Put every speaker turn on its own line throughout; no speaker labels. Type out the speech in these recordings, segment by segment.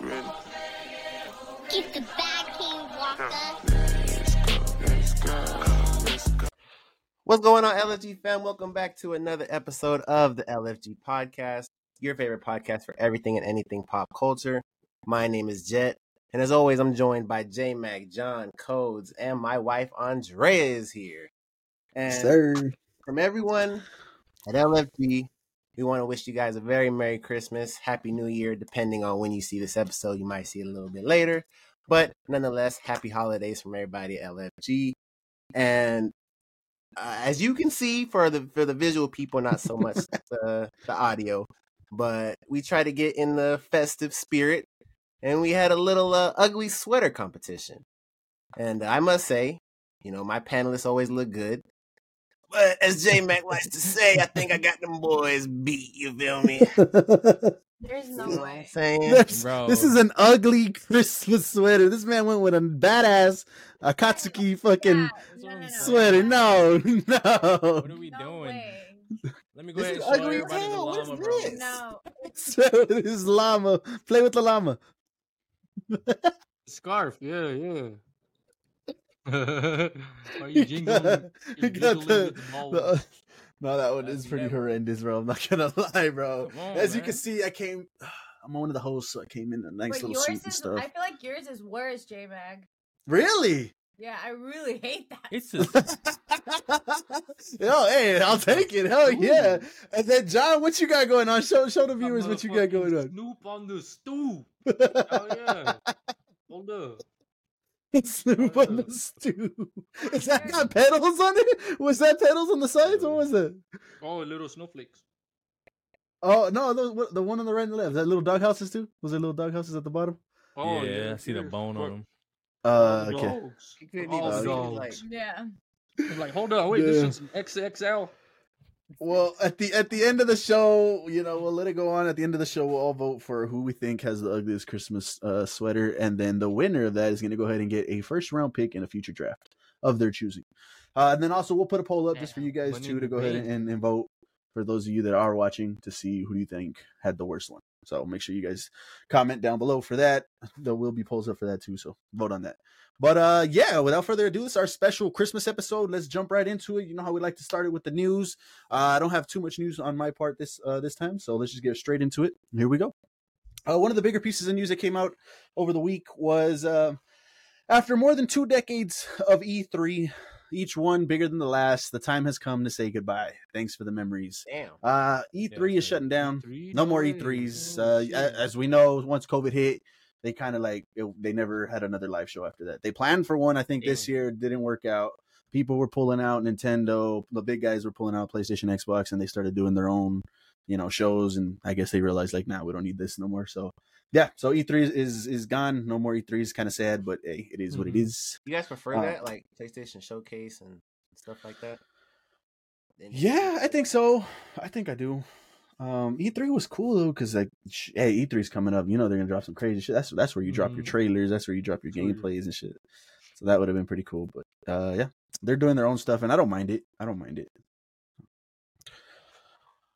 ready.
Get the bag, King
Let's
Walker.
go, let's go, let's go.
What's going on, LFG fam? Welcome back to another episode of the LFG podcast, your favorite podcast for everything and anything pop culture. My name is Jet, and as always, I'm joined by J Mac, John, Codes, and my wife Andrea is here. And
Sir.
from everyone at LFG, we want to wish you guys a very Merry Christmas, Happy New Year, depending on when you see this episode. You might see it a little bit later, but nonetheless, happy holidays from everybody at LFG. And uh, as you can see for the for the visual people, not so much the, the audio, but we try to get in the festive spirit, and we had a little uh, ugly sweater competition. And I must say, you know, my panelists always look good. But as J Mac likes to say, I think I got them boys beat. You feel me?
There's no
You know what I'm
way.
saying?
That's-
Bro.
This is an ugly Christmas sweater. This man went with a badass Akatsuki fucking sweater. No, no.
What are we
no
doing?
Way.
Let me go
This
ahead and
is ugly as
show everybody the
hell. What is
llama, bro.
this?
No.
So this is llama. Play with the llama.
Scarf, yeah, yeah.
Oh,
Are you
He
jingling?
got- he
you're
got
jiggling
the-
with the ball.
the- no, that one is
That's
pretty
never-
horrendous, bro. I'm not gonna lie, bro.
Come on,
As you can
man.
see, I came. I'm one of the hosts, so I came in a nice
but
little suit
yours
and
is.
stuff.
I feel like yours is worse, J Mag.
Really?
Yeah, I really hate that.
It's just
Yo, hey, I'll take it. Hell
Ooh.
yeah. And then John, what you got going on? Show show the
Got
viewers what you got
motherfucking
going on.
Snoop on the stoop. Hell yeah. Hold up.
Snoop on the
Uh.
stew. Is that got pedals on it? Was that pedals on the sides? What was it?
Oh, little snowflakes.
Oh no, the, what- the one on the right and the left. That little dog houses too. Was there little dog houses at the bottom?
Oh,
yeah, I see the bone on him.
Uh, okay.
Dogs.
He couldn't
All
even see it,
dogs.
like-
Yeah.
I'm like, hold on, wait, this
Yeah.
is some XXL.
Well, at the at the end of the show, you know, we'll let it go on. At the end of the show, we'll all vote for who we think has the ugliest Christmas uh, sweater, and then the winner of that is going to go ahead and get a first round pick in a future draft of their choosing. Uh, and then also, we'll put a poll up just for you
Damn,
guys
money
too
in
to
the
go ahead
bank.
and, and vote for those of you that are watching to see who do you think had the worst one. So make sure you guys comment down below for that. There will be polls up for that too, so vote on that. But uh yeah, without further ado, it's our special Christmas episode. Let's jump right into it. You know how we like to start it with the news. Uh, I don't have too much news on my part this uh, this time, so let's just get straight into it. Here we go. Uh, one of the bigger pieces of news that came out over the week was uh, after more than two decades of E3, each one bigger than the last, the time has come to say goodbye. Thanks for the memories.
Damn.
Uh, E3 is
sir.
shutting down.
Three
No more
times.
E3s.
Oh,
Uh,
shit.
a- as we know, once COVID hit, they kind of like it, they never had another live show after that. They planned for one, I think, this
Damn.
year It didn't work out. People were pulling out Nintendo. The big guys were pulling out PlayStation, Xbox, and they started doing their own, you know, shows. And I guess they realized like, nah, we don't need this no more. So yeah, so E3 is is, is gone. No more E3s. Kind of sad, but hey, it is what it
Mhm.
is.
You guys prefer
Uh,
that, like PlayStation Showcase and stuff like that? Than-
Yeah, I think so. I think I do. Um, E3 was cool though, cause like, sh- hey, E3's coming up. You know they're gonna drop some crazy shit. That's that's where you drop your
Mhm.
trailers. That's where you drop your
Sure.
gameplays and shit. So that would have been pretty cool. But uh, yeah, they're doing their own stuff, and I don't mind it. I don't mind it.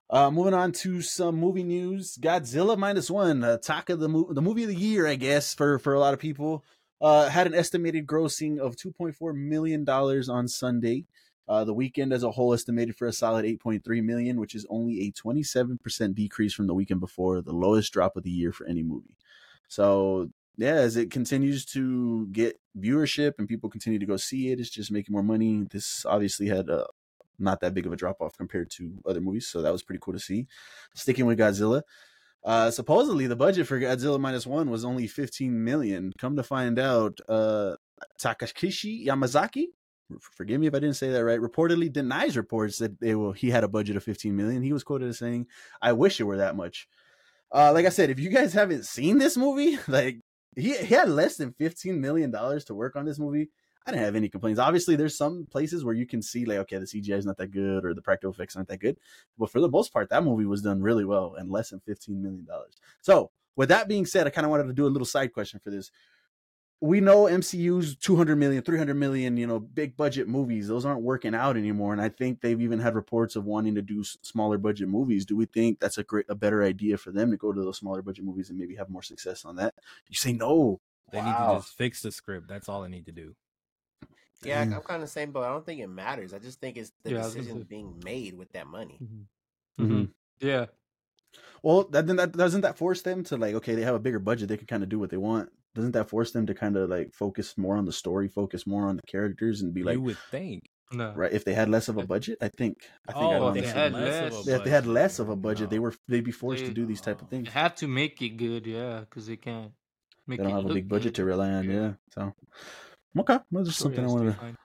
Uh, moving on to some movie news. Godzilla minus one, uh, Taka the mo- the movie of the year, I guess for for a lot of people. Uh, had an estimated grossing of two point four million dollars on Sunday. Uh, the weekend as a whole estimated for a solid 8.3 million, which is only a 27% decrease from the weekend before, the lowest drop of the year for any movie. So, yeah, as it continues to get viewership and people continue to go see it, it's just making more money. This obviously had uh, not that big of a drop off compared to other movies, so that was pretty cool to see. Sticking with Godzilla, uh, supposedly the budget for Godzilla minus one was only 15 million. Come to find out, uh, Takashi Yamazaki, forgive me if I didn't say that right, reportedly denies reports that they will he had a budget of 15 million. He was quoted as saying, "I wish it were that much." Uh, like I said, if you guys haven't seen this movie, like he, he had less than 15 million dollars to work on this movie. I didn't have any complaints. Obviously, there's some places where you can see like, okay, the CGI is not that good or the practical effects aren't that good, but for the most part, that movie was done really well and less than 15 million dollars. So, with that being said, I kind of wanted to do a little side question for this. we know MCU's 200 million, 300 million, you know, big budget movies. Those aren't working out anymore. And I think they've even had reports of wanting to do s- smaller budget movies. Do we think that's a great, a better idea for them to go to those smaller budget movies and maybe have more success on that? You say no.
They need
Wow.
to just fix the script. That's all they need to do.
Yeah,
Mm.
I'm kind of the same boat. I don't think it matters. I just think it's the
Yeah, I was gonna
decision
say-
being made with that money.
Mm-hmm.
Mm-hmm.
Mhm. Yeah.
Well, that, then that doesn't that force them to like, okay, they have a bigger budget, they can kind of do what they want. Doesn't that force them to kind of like focus more on the story, focus more on the characters, and be like,
you would think.
No.
right? If they had less of a budget, I think, I think, I'd
Oh, if
honestly,
they
had
had
less-
less.
if they had less of a budget, they
No.
were they'd be forced to
They-
do these type of
no.
things.
You have to make it good, yeah, because they can't
They
make
don't
it
have a
look
big budget
good.
to rely on,
Yeah.
yeah. So, okay, well, just
Story
something I
has to be
wanted to
fine.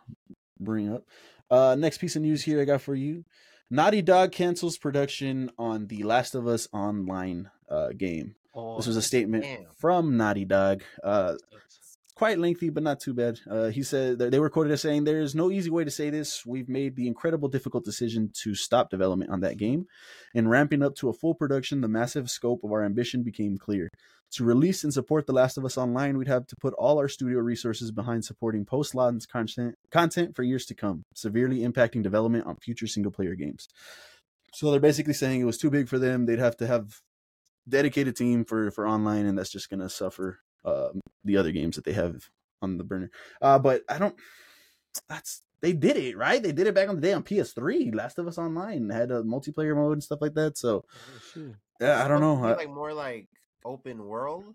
bring up. Uh, next piece of news here I got for you: Naughty Dog cancels production on the Last of Us Online uh, game.
Oh,
This was a statement
Damn.
from Naughty Dog. Uh,
that's-
quite lengthy, but not too bad. Uh, he said they were quoted as saying, "There is no easy way to say this. We've made the incredible, difficult decision to stop development on that game, and ramping up to a full production, the massive scope of our ambition became clear. To release and support The Last of Us Online, we'd have to put all our studio resources behind supporting post-launch content content for years to come, severely impacting development on future single-player games." So they're basically saying it was too big for them. They'd have to have dedicated team for for online, and that's just gonna suffer. Um, the other games that they have on the burner. Uh, but I don't. That's they did it right. They did it back on the day on PS3. Last of Us Online had a multiplayer mode and stuff like that. So
oh, shit.
yeah, I don't know. Uh, I-
Like more like open world.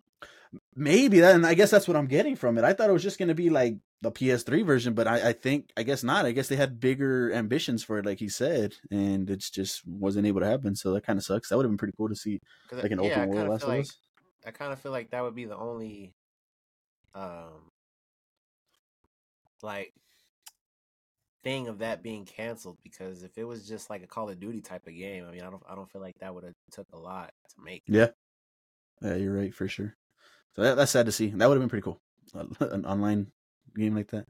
maybe that, and I guess that's what I'm getting from it. I thought it was just going to be like the PS3 version, but I, I think I guess not. I guess they had bigger ambitions for it, like he said, and it's just wasn't able to happen. So that kind of sucks. That would have been pretty cool to see
'Cause I-
like an
Uh, yeah, I
open world
kinda
Last
feel
of
like
Us.
I kind of feel like that would be the only, um, like thing of that being canceled because if it was just like a Call of Duty type of game, I mean, I don't, I don't feel like that would have took a lot to make.
Yeah, yeah, you're right for sure. So that, that's sad to see. That would have been pretty cool, Uh, an online game like that.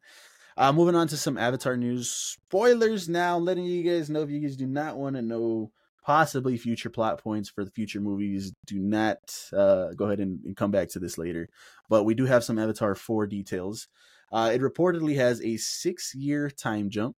Uh, moving on to some Avatar news spoilers now, letting you guys know if you guys do not want to know possibly future plot points for the future movies, do not uh, go ahead and, and come back to this later. But we do have some Avatar 4 details. Uh, it reportedly has a six year time jump.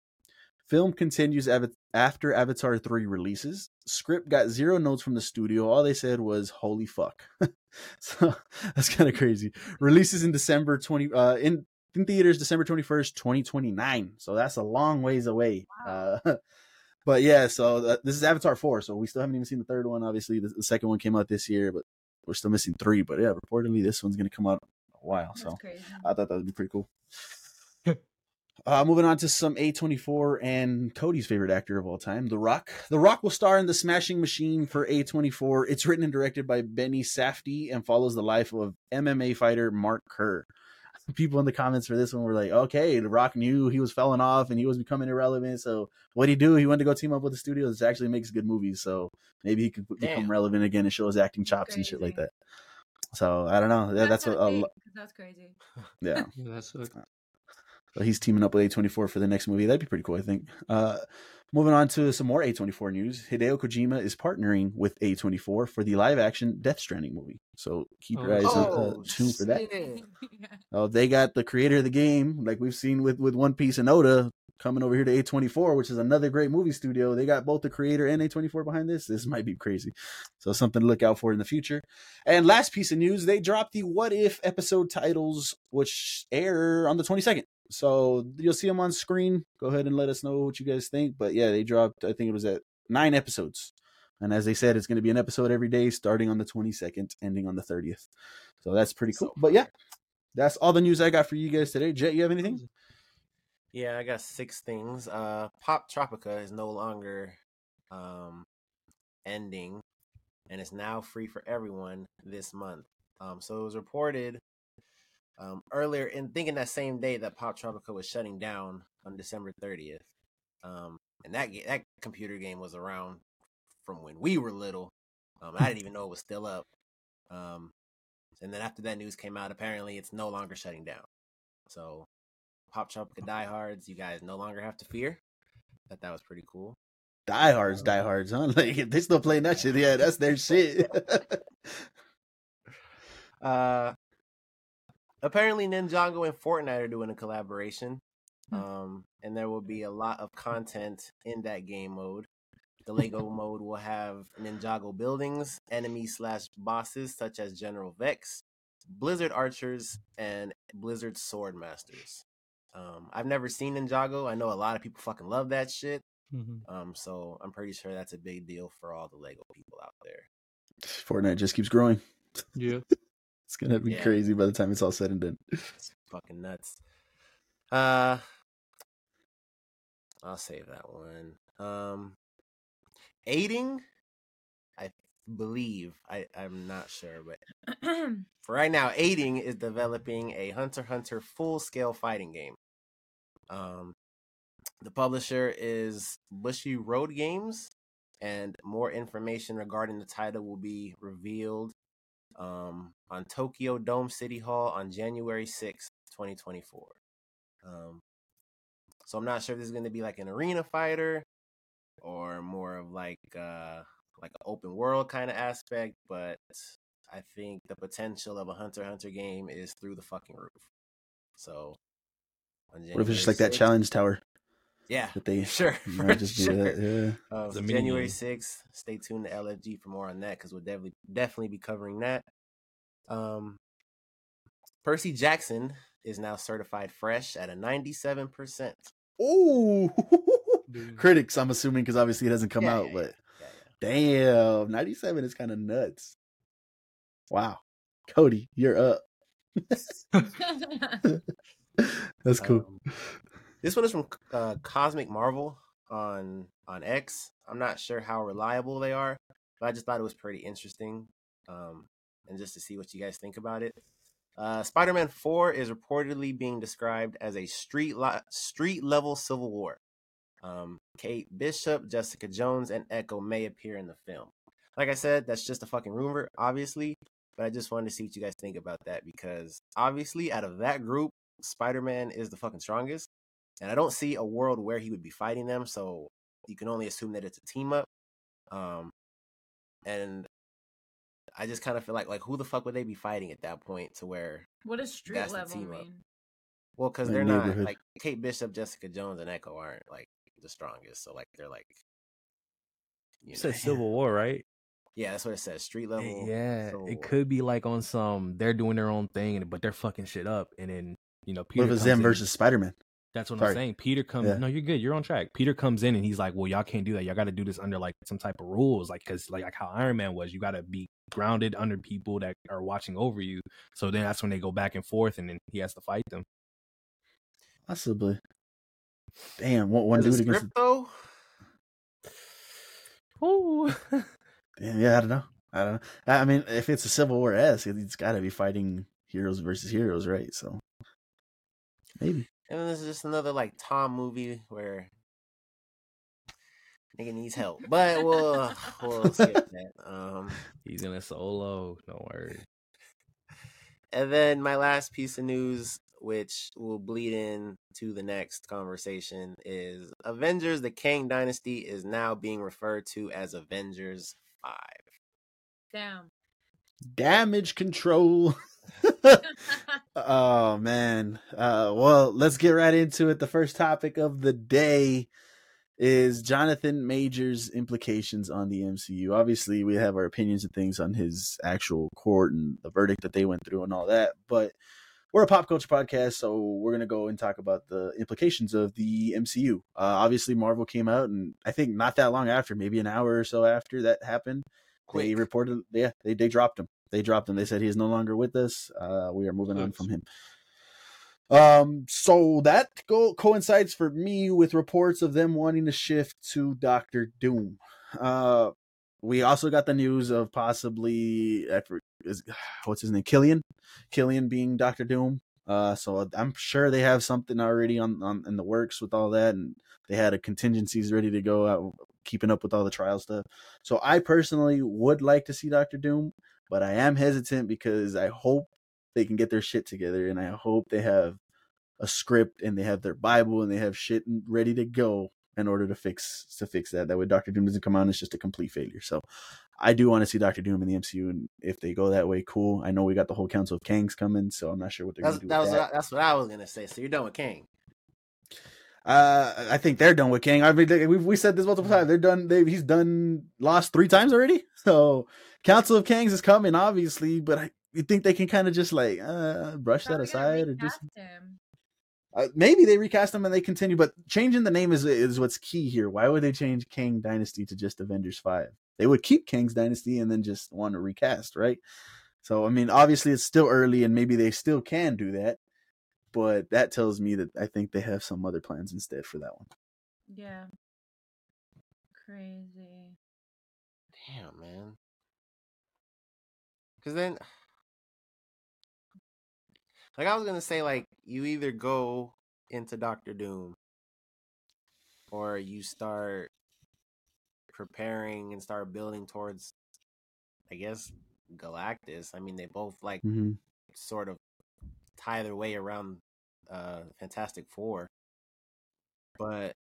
Film continues av- after Avatar 3 releases. Script got zero notes from the studio. All they said was, holy fuck. so that's kind of crazy. Releases in December 20, uh, in, in theaters December 21st, 2029. So that's a long ways away. Uh, but yeah, so th- this is Avatar 4. So we still haven't even seen the third one. Obviously, the, the second one came out this year, but we're still missing three. But yeah, reportedly, this one's going to come out in a while.
That's
So
crazy.
I thought that would be pretty cool. uh, moving on to some A24 and Cody's favorite actor of all time, The Rock. The Rock will star in The Smashing Machine for A24. It's written and directed by Benny Safdie and follows the life of MMA fighter Mark Kerr. People in the comments for this one were like, okay, The Rock knew he was falling off and he was becoming irrelevant. So what'd he do? He wanted to go team up with the studios. It actually makes good movies. So maybe he could become
Damn.
relevant again and show his acting chops and shit like
Crazy.
that. So I don't know. Yeah, that's, what
kinda
a,
big,
lo-
'cause That's crazy.
yeah.
Yeah, that's what.
So Uh, he's teaming up with A24 for the next movie. That'd be pretty cool, I think. Uh, moving on to some more A24 news. Hideo Kojima is partnering with A24 for the live action Death Stranding movie. So keep your
Oh,
eyes on
oh,
uh, tuned for that.
shit.
Yeah.
Oh, they got the creator of the game, like we've seen with, with One Piece and Oda, coming over here to A24, which is another great movie studio. They got both the creator and A24 behind this. This might be crazy. So something to look out for in the future. And last piece of news, they dropped the What If episode titles, which air on the 22nd. So you'll see them on screen. Go ahead and let us know what you guys think. But yeah, they dropped, I think it was at nine episodes. And as they said, it's going to be an episode every day, starting on the 22nd, ending on the 30th. So that's pretty cool. But yeah, that's all the news I got for you guys today. Jet, you have anything?
Yeah, I got six things. Uh, Pop Tropica is no longer um ending, and it's now free for everyone this month. Um, so it was reported um earlier in thinking that same day that Pop Tropica was shutting down on December thirtieth. Um, and that ga- that computer game was around from when we were little. Um, I didn't even know it was still up. Um, and then after that news came out, apparently it's no longer shutting down. So Pop Tropica diehards, you guys no longer have to fear. That that was pretty cool.
Diehards, diehards, huh? Like if they still playing that shit, yeah, that's their shit.
Uh, apparently Ninjago and Fortnite are doing a collaboration. Um, and there will be a lot of content in that game mode. The Lego mode will have Ninjago buildings, enemy slash bosses such as General Vex, Blizzard archers, and Blizzard sword masters. Um, I've never seen Ninjago. I know a lot of people fucking love that shit.
Mm-hmm.
Um, so I'm pretty sure that's a big deal for all the Lego people out there.
Fortnite just keeps growing.
Yeah.
It's gonna be
Yeah.
crazy by the time it's all said and done.
It's fucking nuts. Uh, I'll save that one. Um, aiding, I believe. I I'm not sure, but for right now, aiding is developing a Hunter x Hunter full scale fighting game. Um, the publisher is Bushy Road Games, and more information regarding the title will be revealed um, on Tokyo Dome City Hall on January sixth, 2024. Um, so I'm not sure if this is going to be like an arena fighter or more of like uh, like an open world kind of aspect, but I think the potential of a Hunter x Hunter game is through the fucking roof. So, on
What if it's just like
January
that
6th
challenge tower
yeah,
that they
sure.
you
for
know, just
sure.
do that?
Uh,
The
so January
mini-
6th. Stay tuned to LFG for more on that because we'll definitely definitely be covering that. Um, Percy Jackson is now certified fresh at a 97%.
Yeah. Ooh,
Dude.
critics. I'm assuming because obviously it hasn't come
Yeah,
out,
yeah,
but
Yeah,
damn, 97 is kind of nuts. Wow, Cody, you're up. That's
yeah.
cool.
Um, this one is from uh, Cosmic Marvel on on X. I'm not sure how reliable they are, but I just thought it was pretty interesting. Um, and just to see what you guys think about it. Uh, Spider-Man 4 is reportedly being described as a street lo- street level civil war. Um, Kate Bishop, Jessica Jones, and Echo may appear in the film. Like I said, that's just a fucking rumor, obviously. But I just wanted to see what you guys think about that because obviously, out of that group, Spider-Man is the fucking strongest, and I don't see a world where he would be fighting them. So you can only assume that it's a team up. Um, and I just kind of feel like like who the fuck would they be fighting at that point to where
what does street
That's the
level
team up.
mean?
well because
Like
they're not
neighborhood.
like Kate Bishop, Jessica Jones, and Echo aren't like the strongest. So like they're like you
You said Civil War, right?
Yeah, that's what it says. Street
Eh,
level.
yeah.
Civil
It
War.
could be like on some they're doing their own thing, and but they're fucking shit up, and then you know Peter
What if it's
comes
them
in-
versus Spider Man?
That's what
Sorry.
I'm saying. Peter comes.
Yeah.
No, you're good. You're on track. Peter comes in and he's like, "Well, y'all can't do that. Y'all got to do this under like some type of rules, like because like, like how Iron Man was. You got to be grounded under people that are watching over you. So then that's when they go back and forth, and then he has to fight them.
Possibly. Damn, one, one
As a
dude against.
script, though?
Ooh.
Damn, yeah, I don't know. I don't know. I I mean, if it's a Civil War esque, it's got to be fighting heroes versus heroes, right? So maybe.
And then there's just another like Tom movie where nigga needs help. But we'll we'll skip that. Um
he's in a solo. No worry.
and then my last piece of news, which will bleed in to the next conversation, is Avengers the Kang Dynasty is now being referred to as Avengers Five.
Damn.
Damage control. oh, man. Uh, well, let's get right into it. The first topic of the day is Jonathan Major's implications on the MCU. Obviously, we have our opinions and things on his actual court and the verdict that they went through and all that, but we're a pop culture podcast, so we're gonna go and talk about the implications of the MCU. Uh, obviously, Marvel came out, and I think not that long after, maybe an hour or so after that happened, they
Quick.
reported, yeah, they they dropped him. They dropped him. They said he is no longer with us. Uh, we are moving on
Sucks.
from him. Um, so that go- coincides for me with reports of them wanting to shift to Doctor Doom. Uh, we also got the news of possibly I for- is, what's his name, Killian, Killian being Doctor Doom. Uh, so I'm sure they have something already on, on in the works with all that, and they had a contingencies ready to go out, keeping up with all the trial stuff. So I personally would like to see Doctor Doom, but I am hesitant because I hope they can get their shit together, and I hope they have a script and they have their Bible and they have shit ready to go in order to fix to fix that. That way, Doctor Doom doesn't come out and it's just a complete failure. So I do want to see Doctor Doom in the MCU, and if they go that way, cool. I know we got the whole Council of Kangs coming, so I'm not sure what they're
That's,
going to do.
that
with
was
that.
what I- that's what I was gonna say. So you're done with Kang.
Uh, I think they're done with King. I mean, they, we we said this multiple times. They're done. They he's done lost three times already. So Council of Kings is coming, obviously. But I you think they can kind of just like uh, brush that
Probably gonna
aside or just
recast him.
uh, maybe they recast them and they continue. But changing the name is is what's key here. Why would they change King Dynasty to just Avengers Five? They would keep King's Dynasty and then just want to recast, right? So I mean, obviously it's still early, and maybe they still can do that. But that tells me that I think they have some other plans instead for that one.
Yeah. Crazy.
Damn, man. Because then, like I was gonna say, like you either go into Doctor Doom, or you start preparing and start building towards, I guess, Galactus. I mean, they both like
Mm-hmm.
sort of tie their way around uh Fantastic Four. But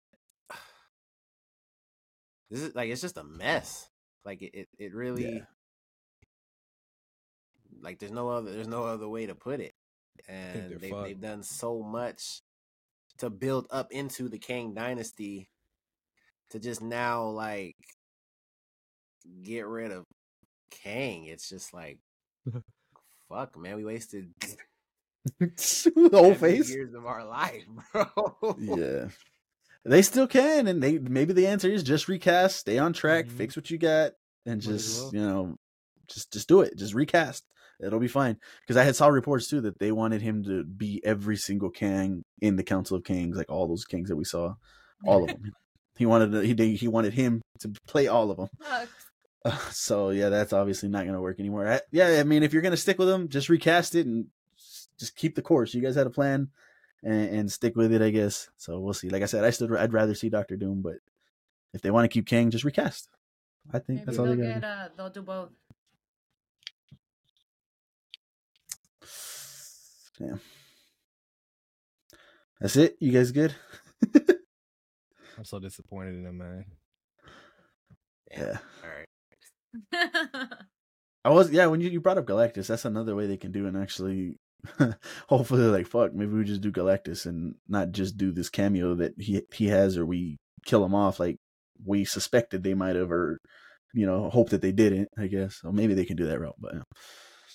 this is like it's just a mess. Like it, it, it really
Yeah.
like there's no other there's no other way to put it.
they're
And they
fucked.
they've done so much to build up into the Kang dynasty to just now like get rid of Kang. It's just like fuck man, we wasted
the
70
whole face.
years of our life, bro.
Yeah. They still can, and they maybe the answer is just recast, stay on track,
Mhm.
fix what you got, and
Might as
just
well.
you know, just just do it, just recast. It'll be fine. Because I had saw reports too that they wanted him to be every single king in the Council of Kings, like all those kings that we saw, all of them. he wanted to, he they- he wanted him to play all of them.
Sucks.
Uh, so yeah, that's obviously not going to work anymore. I, yeah, I mean, if you're going to stick with them, just recast it and s- just keep the course. You guys had a plan, and, and stick with it, I guess. So we'll see. Like I said, I still I'd rather see Doctor Doom, but if they want to keep King, just recast. I think
Maybe
that's all they
they'll
got.
get uh they'll do both.
Yeah. That's it. You guys good?
I'm so disappointed in them, man.
Yeah.
All right.
I was yeah. When you, you brought up Galactus, that's another way they can do it. And actually, hopefully, they're like fuck, maybe we just do Galactus and not just do this cameo that he he has, or we kill him off like we suspected they might have, or you know, hope that they didn't. I guess. So maybe they can do that route. But yeah.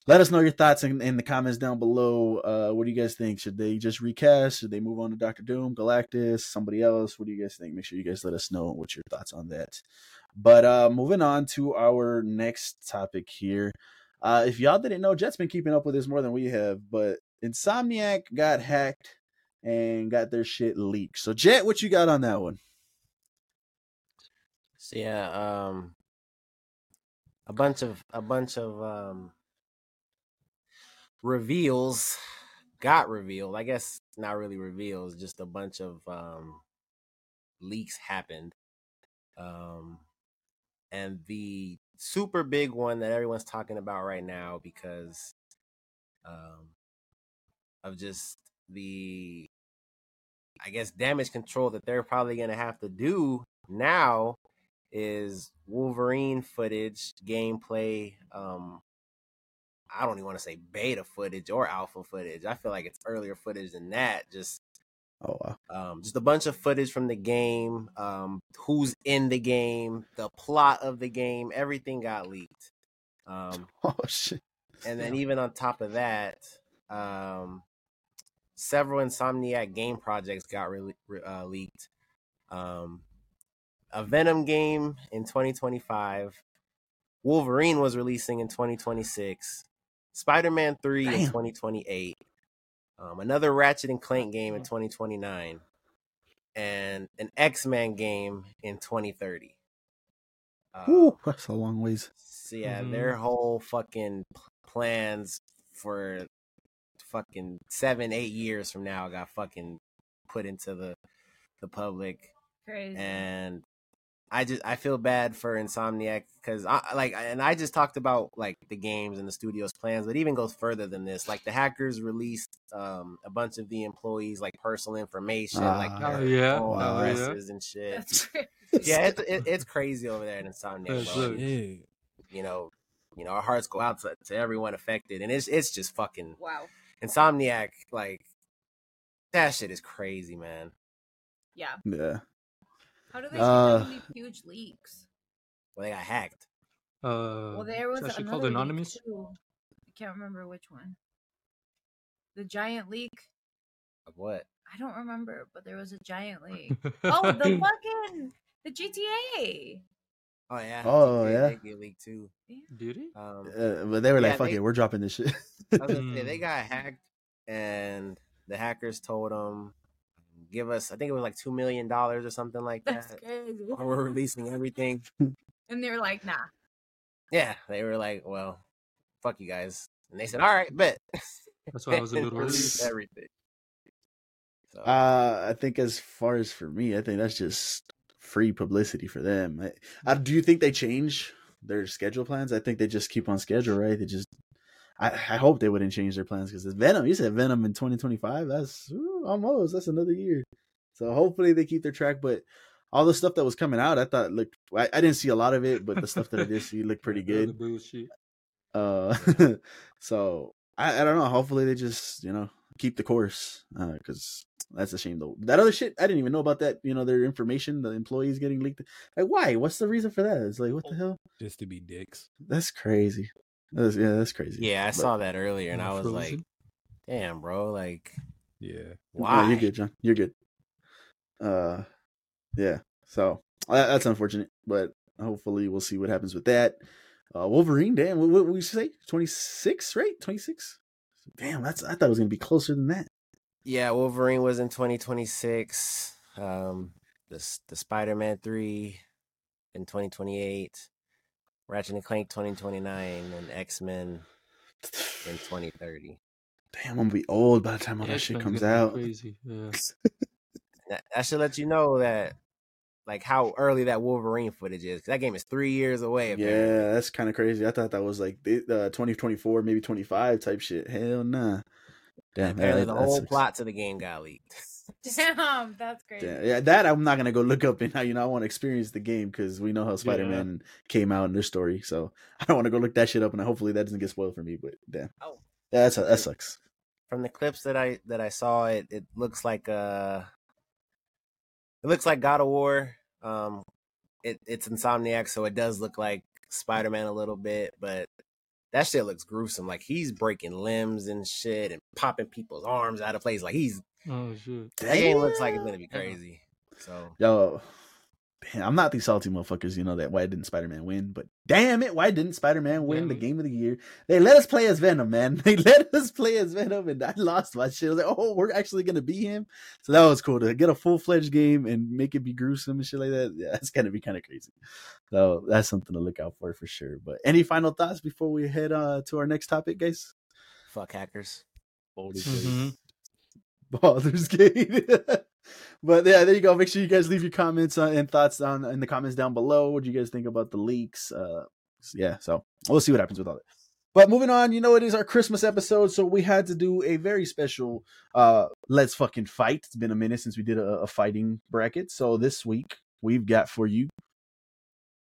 let us know your thoughts in, in the comments down below. Uh, what do you guys think? Should they just recast? Should they move on to Doctor Doom, Galactus, somebody else? What do you guys think? Make sure you guys let us know what your thoughts on that. But uh, moving on to our next topic here. Uh, if y'all didn't know, Jet's been keeping up with this more than we have, but Insomniac got hacked and got their shit leaked. So, Jet, what you got on that one?
So yeah, um a bunch of a bunch of um reveals got revealed. I guess not really reveals, just a bunch of um leaks happened. Um and the super big one that everyone's talking about right now because um of just the I guess damage control that they're probably going to have to do now is Wolverine footage, gameplay. Um, I don't even want to say beta footage or alpha footage. I feel like it's earlier footage than that. Just
Oh, wow.
um, just a bunch of footage from the game, um, who's in the game, the plot of the game, everything got leaked. Um,
Oh, shit.
and then even on top of that, um, several Insomniac game projects got re- re- uh, leaked. Um, a Venom game in 2025. Wolverine was releasing in 2026. Spider-Man 3 in
Damn.
2028. Um, another Ratchet and Clank game
Mm-hmm.
in 2029. And an X-Men game in 2030. Uh,
Whew, that's a long ways.
so yeah,
Mm-hmm.
Mhm.
their whole fucking p- plans for fucking seven, eight years from now got fucking put into the the public,
Mm-hmm.
Crazy.
and I just I feel bad for Insomniac because I like, and I just talked about like the games and the studio's plans, but it even goes further than this. Like the hackers released um a bunch of the employees like personal information, like
Ah.
Oh,
their
yeah.
home
Oh,
Oh, yeah.
addresses and shit.
That's crazy.
Yeah, it's it, it's crazy over there in Insomniac.
That's
bro.
it.
Yeah.
you know, you know, our hearts go out to, to everyone affected, and it's it's just fucking
Wow.
insomniac. Like that shit is crazy, man.
Yeah.
Yeah.
How do they
Uh,
uh, huge leaks?
Well, they got hacked.
Uh,
um,
Well, there was
it's actually
another
called
leak,
anonymous.
too. I can't remember which one. The giant leak.
Of what?
I don't remember, but there was a giant leak. oh, the fucking the GTA.
Oh yeah.
Oh,
they,
yeah.
They get leaked too.
Did it?
Um,
Uh, but they were like,
Yeah,
"Fuck
they-
it, we're dropping this shit."
I was gonna say, they
Mm.
got hacked, and the hackers told them, "Give us, I think it was like two million dollars or something like
That's
that,
crazy.
or we're releasing everything."
And they're like, nah.
Yeah, they were like, "Well, fuck you guys," and they said, "All right, bet."
That's why I was a
And
little.
released everything. So,
Uh, I think as far as for me, I think that's just free publicity for them. I, I do you think they change their schedule plans? I think they just keep on schedule, right? They just, I, I hope they wouldn't change their plans because it's Venom. You said Venom in twenty twenty five. That's ooh, almost that's another year. So hopefully they keep their track. But all the stuff that was coming out, I thought looked. I, I didn't see a lot of it, but the stuff that I did see looked pretty
Another
good.
Bullshit.
Uh, so I, I don't know. Hopefully they just you know keep the course because that's a shame though. That other shit I didn't even know about that. You know their information, the employees getting leaked. Like why? What's the reason for that? It's like what the hell?
just to be dicks.
That's crazy. That's, yeah, that's crazy.
yeah, I
But-
saw that earlier, and I was
Frozen.
like, "Damn, bro, like,
Yeah.
why?"
No, you're good, John. You're good. Uh, yeah. So uh, that's unfortunate, but hopefully we'll see what happens with that. Uh, Wolverine, damn, what, what, what you say? Twenty six, right? Twenty six. Damn, that's. I thought it was gonna be closer than that.
Yeah, Wolverine was in 2026. Um, the S- the Spider Man three in 2028, Ratchet and Clank 2029, and X Men in 2030.
Damn, I'm gonna be old by the time all Oh, that shit comes
X-Men's gonna be
out.
Crazy. Yeah.
That, that should let you know that, like, how early that Wolverine footage is. 'cause that game is three years away. apparently.
Yeah, that's kind of crazy. I thought that was like the- uh, 2024, maybe 25 type shit. Hell nah. Damn,
apparently
that-
the
that
whole
sucks.
plot to the game got leaked.
Damn, that's crazy.
Yeah, yeah, that I'm not gonna go look up and how you know I want to experience the game because we know how Spider Man came out in their story, so I don't want to go look that shit up and hopefully that doesn't get spoiled for me. But damn,
Oh.
yeah, that's that sucks.
From the clips that I that I saw, it it looks like uh, it looks like God of War. Um, it, it's Insomniac, so it does look like Spider Man a little bit, but that shit looks gruesome. Like he's breaking limbs and shit and popping people's arms out of place. Like he's
Oh shit.
that game looks like it's
Damn.
gonna be crazy. So
Yo, damn, I'm not these salty motherfuckers. You know that why didn't Spider Man win? But damn it, why didn't Spider Man win
Damn
the
it.
game of the year? They let us play as Venom, man. They let us play as Venom, and I lost my shit. I was like, oh, we're actually gonna be him. So that was cool to get a full fledged game and make it be gruesome and shit like that. Yeah, that's gonna be kind of crazy. So that's something to look out for for sure. But any final thoughts before we head uh, to our next topic, guys?
fuck hackers.
Mhm.
Baldur's Gate. but yeah, there you go. Make sure you guys leave your comments uh, and thoughts down in the comments down below. What do you guys think about the leaks? Uh, s- yeah, so we'll see what happens with all that. But moving on, you know it is our Christmas episode, so we had to do a very special uh let's fucking fight. It's been a minute since we did a, a fighting bracket, so this week we've got for you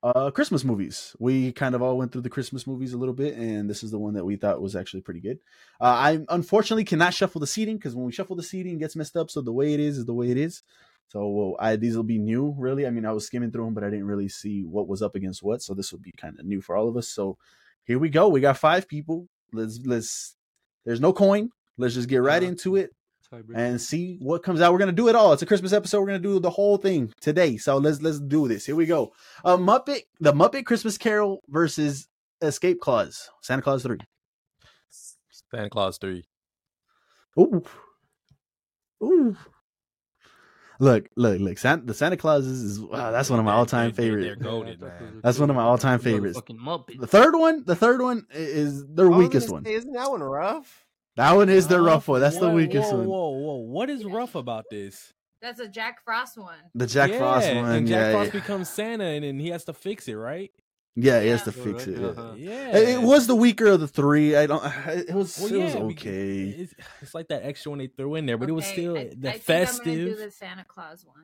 uh Christmas movies. We kind of all went through the Christmas movies a little bit, and this is the one that we thought was actually pretty good. Uh, I unfortunately cannot shuffle the seating because when we shuffle the seating, it gets messed up. So the way it is is the way it is. So well, I these will be new, really. I mean, I was skimming through them, but I didn't really see what was up against what. So this will be kind of new for all of us. So here we go. We got five people. Let's let's. There's no coin. Let's just get right
Uh-huh.
into it
Tiebreaker.
and see what comes out. We're gonna do it all. It's a Christmas episode. We're gonna do the whole thing today. So let's let's do this. Here we go. Uh, Muppet, the Muppet Christmas Carol versus Escape Clause, Santa Claus Three.
Santa Claus three.
Ooh. Ooh. Look, look, look. San- the Santa Claus is, is- wow, that's one of my all time
They're- they're-
favorite.
They're goaded,
Yeah, I thought
man.
those were
That's one of
cool.
my all-time favorites.
Motherfucking Muppet.
The third one, the third one i- is their
I was
weakest
gonna
one.
say, Isn't that one rough?
That one is their
Huh?
rough one. That's the
Whoa,
weakest
whoa,
one.
Whoa, whoa! What is rough about this?
That's a Jack Frost one.
The Jack
Yeah,
Frost one.
And Jack
yeah,
Frost
yeah.
becomes Santa, and then he has to fix it, right?
yeah, he has to
Yeah.
fix it.
Uh-huh.
Yeah.
It, it was the weaker of the three. I don't. It was.
Well,
it was
yeah, we-
okay.
It's, it's like that extra one they threw in there, but it was
Okay,
still
I-
the
I Think I'm gonna do
festive.
the Santa Claus one.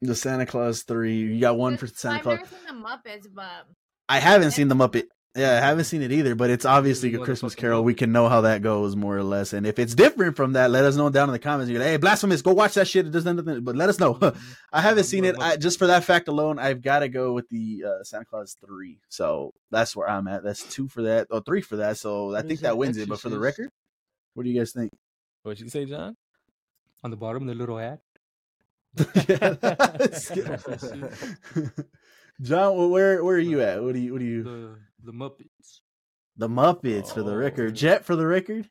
the Santa Claus three. You got one for
Well,
Santa
I've
Claus.
never seen the Muppets, but
I haven't seen the Muppet. Yeah, I haven't seen it either, but it's obviously a
Motherfucking
Christmas Carol. We can know how that goes more or less, and if it's different from that, let us know down in the comments. You're like, hey, blasphemous, go watch that shit. It doesn't nothing, but let us know. I haven't seen it. I, just for that fact alone, I've got to go with the uh, Santa Claus three. So that's where I'm at. That's two for that, or three for that. So I
What
think
is
that
an
wins it. But for the
exorcist?
record, what do you guys think?
What you say, John?
On the bottom, the little ad.
John, wh- where where are you at? What do you what do you?
The the Muppets.
The Muppets for the
Oh.
record. Jet for the record.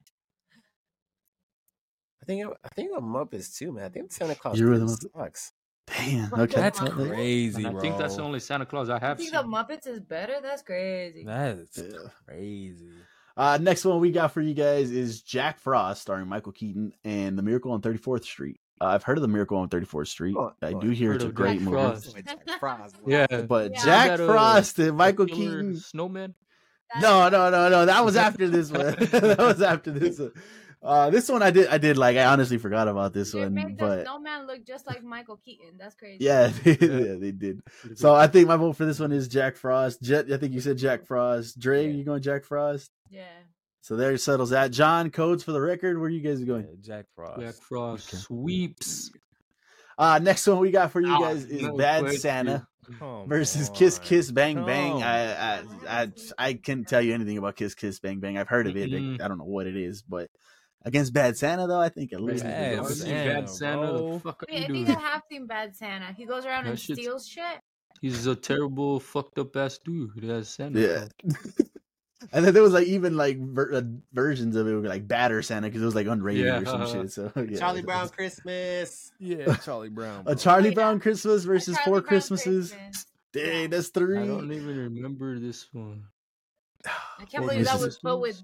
I think I'm, I think I'm Muppets too, man. I think Santa Claus
You were the
really sucks.
Damn.
What
Okay.
the
That's
Wow.
crazy,
And
bro.
I think that's the only Santa Claus I
You
have.
think
Seen.
the Muppets is better? That's crazy.
That's
Yeah.
crazy.
Uh, next one we got for you guys is Jack Frost, starring Michael Keaton and The Miracle on 34th Street. Uh, I've heard of The Miracle on 34th Street.
Oh,
I
oh,
do hear
heard
it's a
of
great
Jack
movie.
Frost.
Frost, bro.
Uh, yeah.
But
Yeah.
Jack
Is that a-
Frost and Michael
Killer
Keaton.
Snowman.
That's-
No, no, no, no. That was after this one. that was after this one. Uh, this one I did, I did like. I honestly forgot about this
They
one,
made the
but
snowman look just like Michael Keaton. That's crazy.
yeah, they, yeah, they did. So I think my vote for this one is Jack Frost. Jet, I think you said Jack Frost. Dre, you going Jack Frost?
Yeah.
So there settles that. John codes for the record. Where you guys going?
Yeah, Jack Frost.
Jack Frost
Okay.
sweeps.
Uh next one we got for you
Ah,
guys is
no
Bad
question.
Santa
Come
versus Kiss
on.
Kiss Bang Bang.
Come
I, I I I can't tell you anything about Kiss Kiss Bang Bang. I've heard of it.
Mm-mm.
I don't know what it is, but against Bad Santa though, I think it loses.
Bad
I've
Bad
seen
Santa,
Bad Santa.
bro.
The fuck
Wait, I
you
think I
do?
have seen Bad Santa. He goes around
That
and
shit's-
steals shit.
He's a terrible, fucked up ass dude. That's Santa.
Yeah. and then there was like even like ver- uh, versions of it, were like Badder Santa because it was like unrated or some
Yeah.
shit. So yeah,
Charlie Brown Christmas.
Yeah, Charlie Brown.
A
bro.
Charlie
Wait,
Brown
uh,
Christmas versus
Charlie
Four
Brown
Christmases.
Christmas.
Dang, that's three.
I don't even remember this one.
I can't
Four
believe that was
Christmases.
put with.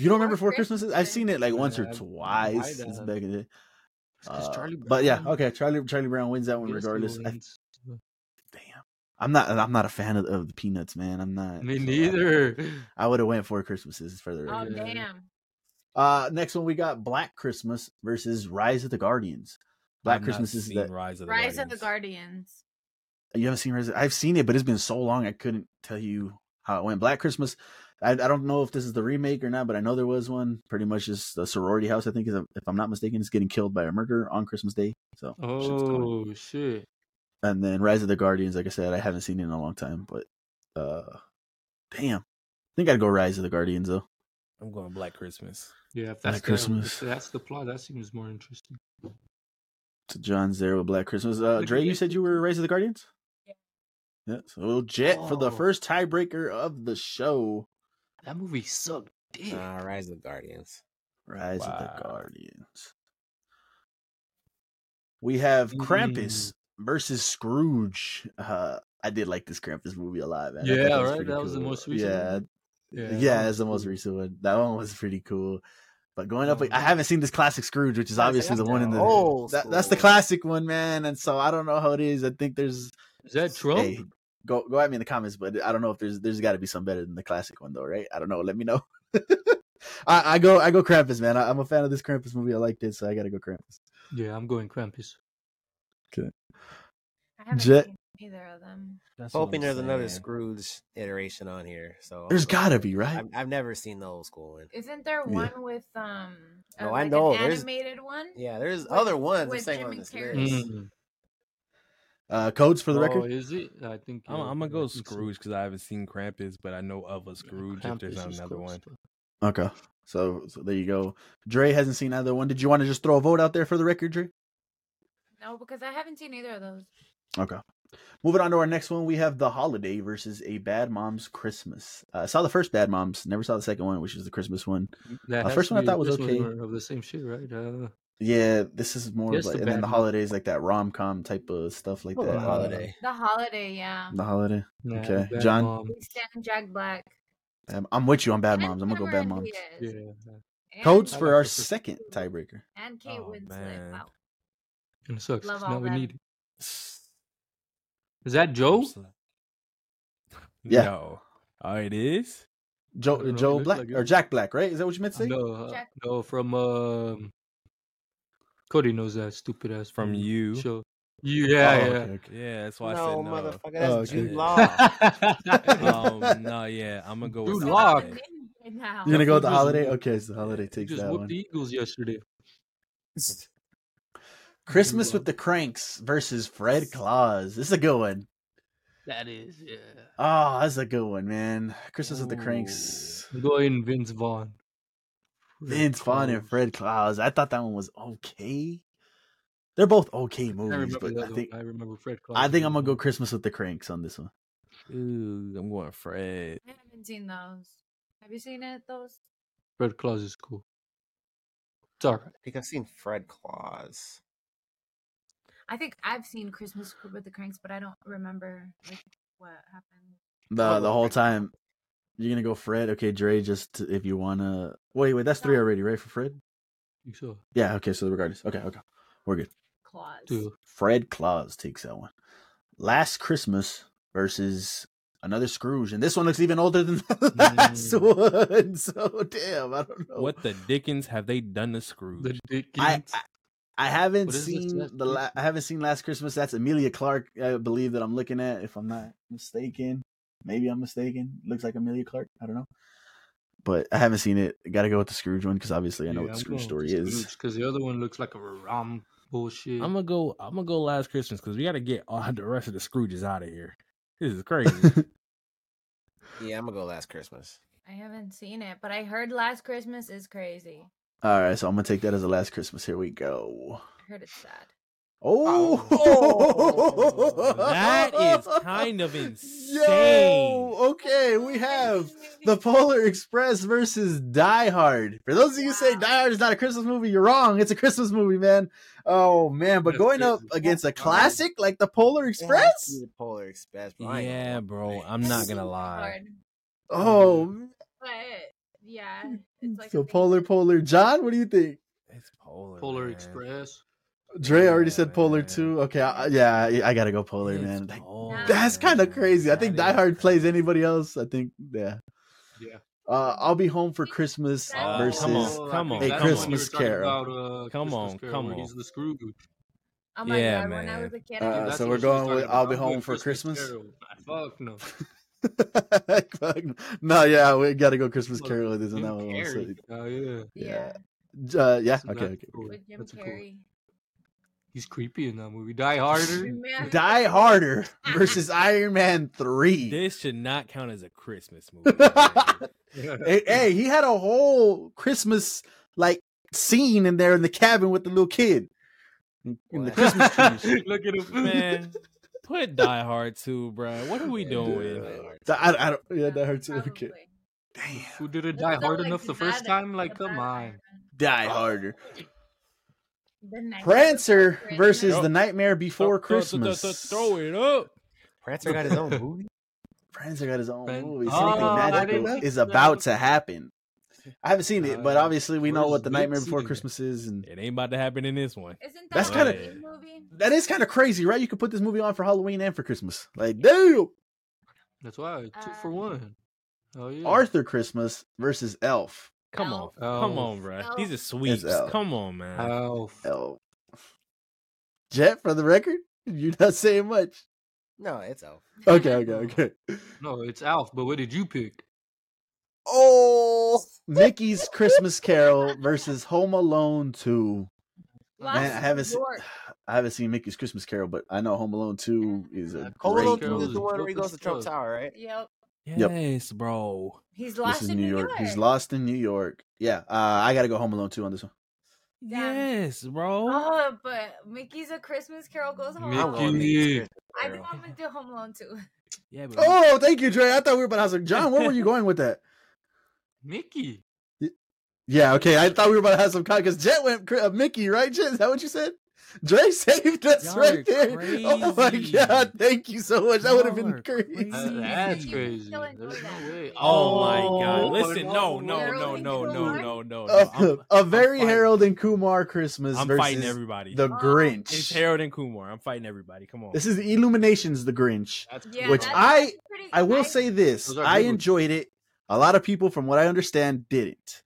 You don't remember
Four
Four Christmases? I've seen it like once or
Yeah, I-
twice.
I
It's
don't.
back in the day.
It's 'cause
Uh,
Charlie
But yeah,
Brown
okay. Charlie Charlie Brown wins that one
gets the
regardless. I,
wins.
damn, I'm not I'm not a fan of, of the Peanuts, man. I'm not.
Me
so I-
neither.
I would have went Four Christmases for the
Oh
record.
Yeah.
damn!
Uh, next one we got Black Christmas versus Rise of the Guardians. Black
I've not
Christmas is
seen
that
Rise of the
Rise of the Guardians.
Guardians.
you haven't seen Rise. of- I've seen it, but it's been so long I couldn't tell you how it went. Black Christmas. I, I don't know if this is the remake or not, but I know there was one. Pretty much just a sorority house. I think is a, if I'm not mistaken, is getting killed by a murderer on Christmas Day. So shit's going.
Oh shit!
and then Rise of the Guardians. Like I said, I haven't seen it in a long time, but uh, damn, I think I'd go Rise of the Guardians though.
I'm going Black Christmas.
Yeah,
Black
if that's the,
Christmas.
If that's the plot. That seems more interesting.
So John's there with Black Christmas. Uh,
Look
Dre,
at
you
this.
said you were Rise of the Guardians. Yeah. So Jet for the
Oh.
first tiebreaker of the show.
That movie sucked dick.
Uh, Rise of the Guardians.
Rise of the
Wow.
Guardians. We have Krampus
Mm.
versus Scrooge. Uh, I did like this Krampus movie a lot, man. I thought
Yeah,
that was
right?
pretty
That was the most recent
Yeah,
one?
yeah,
that was
it's the most
cool.
recent one. That one was pretty cool. But going up,
Oh,
I haven't seen this classic Scrooge, which is obviously the
that's
one in
the
the
old
that, that's the
school.
classic one, man. And so I don't know how it is. I think there's
Is that Trump?
Hey, go go at me in the comments, but I don't know if there's there's got to be some better than the classic one though, right? I don't know. Let me know. I, I go I go Krampus, man. I, I'm a fan of this Krampus movie. I liked it, so I gotta go Krampus.
Yeah, I'm going Krampus.
I haven't
Jet-
seen either of them.
That's what
Hoping
I'm
there's another
saying.
Scrooge iteration on here.
Oh,
So
There's
I'm gonna-
gotta be, right?
I've, I've never seen the old school one.
Isn't there
Yeah.
one with um? a-
No, Oh, I
like
know,
An
there's-
animated one.
Yeah, there's
With-
other ones. I'm
with
saying
Jim
on
and
this
Carrey.
list.
Mm.
Uh, codes for the
oh,
record.
is it? I think
I'm,
yeah,
I'm gonna
I
go
think so.
Scrooge because I haven't seen Krampus, but I know of a Scrooge. if there's
Krampus
not
is
another
cool
one,
stuff.
Okay, so so there you go. Dre hasn't seen either one. Did you want to just throw a vote out there for the record, Dre?
No, because I haven't seen either of those.
Okay. Moving on to our next one, we have The Holiday versus A Bad Mom's Christmas. Uh, I saw the first Bad Mom's, never saw the second one, which is the Christmas one.
That
Uh,
has
first
to
one I
be
thought
the
was
Christmas
okay.
one Of the same shit, right? Uh,
Yeah, this is more
Yes,
like,
the
and then
bad
the
one.
holidays like that rom com type of stuff like
Hold
that.
on,
Uh,
holiday.
The holiday, yeah.
the holiday.
nah,
Okay,
Bad
John?
Mom.
We stand Jack Black.
Um, I'm with you on bad
And
moms. I'm gonna go
Cameron
bad moms.
Yeah,
Diaz. And-
Codes
I
for
like
our
the first-
second tiebreaker.
and Kate
Oh,
Winslet.
man.
Wow.
and it sucks.
Love
It's not
all
we
them.
need. it. Is that Joe?
Yeah.
No. Oh, it is.
Joe
don't know,
Joe
it looks
Black
like it.
or Jack Black, right? Is that what you meant to say? Oh,
No, uh,
Jack-
no, from um, Cody knows that stupid ass
Mm-hmm.
From
movie
you.
show. Yeah,
Oh,
yeah.
okay, okay.
Yeah, that's why
no,
I said no.
motherfucker, that's
Oh, okay.
Jude Law.
um, no, yeah, I'm gonna go with
Dude,
So
Holiday.
Lock.
I'm in now.
You're gonna go with the
Definitely
holiday.
just-
Okay, so the holiday takes
just
that
whooped
one.
the Eagles yesterday.
Christmas with the Cranks versus Fred Claus. This is a good one.
That is, yeah.
Oh, that's a good one, man. Christmas with the Cranks.
I'm going Vince Vaughn.
Vince Vaughn and Fred Claus. I thought that one was okay. They're both okay
I
movies,
remember
but
that
I
one.
think
I remember Fred Claus.
I think I'm gonna go Christmas with the Cranks on this one.
Ooh, I'm going Fred.
I haven't seen those. Have you seen it? Those?
Fred Claus is cool. It's all right.
I think I've seen Fred Claus.
I think I've seen Christmas with the Cranks, but I don't remember like, what happened.
The the
Oh,
whole
Fred
time. You're gonna go Fred. Okay, Dre. Just if you wanna. Wait, wait. That's three already, right? For Fred.
You saw
Yeah. Okay. So regardless. Okay. Okay. We're good.
Claus.
too.
Fred Claus takes that one. Last Christmas versus another Scrooge, and this one looks even older than the last one. So damn, I don't know.
What the dickens have they done to Scrooge?
The Dickens.
I, I I haven't
What is this
seen
last
the la-
Christmas?
I haven't seen Last Christmas. That's Amelia Clark, I believe that I'm looking at, if I'm not mistaken. Maybe I'm mistaken. Looks like Amelia Clark. I don't know. But I haven't seen it. Got to go with the Scrooge one because obviously I know what the Scrooge story is.
Because the other one looks like a rom bullshit.
I'm gonna go. I'm gonna go last Christmas because we gotta get all the rest of the Scrooges out of here. This is crazy.
Yeah, I'm gonna go last Christmas.
I haven't seen it, but I heard Last Christmas is crazy.
All right, so I'm gonna take that as a Last Christmas. Here we go.
I heard it's sad.
Oh,
that is kind of insane.
Yo, okay, we have The Polar Express versus Die Hard. For those of you who say
Wow.
Die Hard is not a Christmas movie, you're wrong. It's a Christmas movie, man. Oh man, but
That's
going up
crazy.
against a
That's
classic like the Polar
Yeah,
Express?
the Polar Express. but I ain't
Yeah,
going
bro.
with it.
I'm not gonna lie.
Hard,
Mm-hmm.
Oh,
But yeah, it's like
so
a thing.
Polar Polar John, what do you think?
It's Polar.
Polar
man.
Express.
Dre already
Yeah,
said Polar
man.
too. Okay, I, yeah, I- I gotta go Polar,
It's
man. Like,
Polar,
that's kind of
man.
crazy. I think
That
Die
is
Hard plays
crazy.
anybody else. I think yeah.
Yeah.
Uh, I'll be home for Christmas
Oh,
versus
come on, come
I
on,
think
A
that's the one you were
Christmas
talking
Carol.
about, uh,
Come
Christmas
on,
Carol,
come
where
on.
He's the Scrooge.
Oh my
Yeah,
god, when I
man.
was a kid,
Uh,
I
That's
so
the
we're
one she was
going with
talking about.
I'll Be
I'm doing
Home for Christmas?
Carol. Fuck no.
Fuck. no, yeah, we gotta go Christmas
Look,
Carol. Isn't
Jim
that one?
Carrey. Oh yeah.
yeah.
yeah,
So, uh, yeah.
So
Okay.
that's
okay.
cool.
with Jim
That's a cool-
Carrey.
He's creepy in that movie. Die Harder.
Remember-
Die Harder versus Iron Man Three.
This should not count as a Christmas movie. man.
hey, hey, he had a whole Christmas like scene in there in the cabin with the little kid. In in the
What?
Christmas trees.
Look at him,
man. Put Die Hard too, bro. What are we
Yeah,
doing?
Die Hard.
So I, I don't. Yeah, that hurts. Okay.
probably.
Damn.
Who did it
That's
die
not,
hard
like,
enough the first
bad-
time? Like,
the
come
bad
on.
Iron
Oh,
Die Harder.
Man. The Nightmare
Prancer
Before Christmas.
versus The Nightmare Before
Throw- throw- throw-
Christmas.
throw- Throw it up.
Prancer got his own movie.
Prancer got his own
Pran-
movie.
Oh,
Something
I
magical
didn't
is
know.
about to happen. I haven't seen it, but
Uh,
obviously we know
where's
what the Nightmare
Vince
Before
in it?
Christmas is, and
It ain't about to happen in this one.
Isn't that
That's
a
kinda-
Halloween movie?
that is kind of crazy, right? You could put this movie on for Halloween and for Christmas. Like, damn,
That's why two for
Um,
one. Oh
Hmm.
yeah.
Arthur Christmas versus Elf.
Come on,
Elf.
come
Elf.
on, bro.
Elf.
These are sweeps.
Elf.
Come on, man.
Uh,
Alf.
Elf. Jet, for the record, you're not saying much.
No, it's Elf.
Okay, okay, okay.
No, it's Alf. But what did you pick?
Oh, Mickey's Christmas Carol versus Home Alone Two.
Lost
Man, I haven't
New
seen
York.
I haven't seen Mickey's Christmas Carol, but I know Home Alone Two is a
Home
great
Alone
Carol
two is
movie.
the one where he
broken
goes to Trump
stuff.
Tower, right?
Yep.
Yep.
Yes, bro.
He's lost
this is
in
New York. He's lost in New York. Yeah, uh, I got to go Home Alone too on this one.
Damn.
Yes, bro.
Oh, but Mickey's A Christmas Carol goes home.
Oh,
I'm going
Mickey.
Mickey's Christmas
I
Carol.
think I'm gonna do Home Alone too.
yeah, but
Oh, thank you, Dre. I thought we were, but I was like, John, where were you going with that?
Mickey.
Yeah, okay. I thought we were about to have some because Jet went cra- uh, Mickey, right? Jet, is that what you said? Dre saved us
Y'all are
right there. Oh my
crazy.
god, thank you so much. That would have
Y'all
been
are
crazy.
Uh,
See,
that's
Mickey.
crazy.
Still enjoy
There's
that.
no way.
Oh my god.
Oh,
Listen, no, no, no,
Harold and
no, no,
Kumar?
no, no, no.
A,
I'm,
Uh, a very
fighting.
Harold and Kumar Christmas
I'm
versus
fighting everybody.
the
Oh,
it's
Grinch.
Harold and Kumar. I'm fighting everybody. Come on.
This is the Illuminations, the Grinch.
That's
Yeah,
Which
that's-
crazy.
I-
that's pretty-
I will say this:
Those are
I
good ones.
enjoyed it. A lot of people, from what I understand, didn't.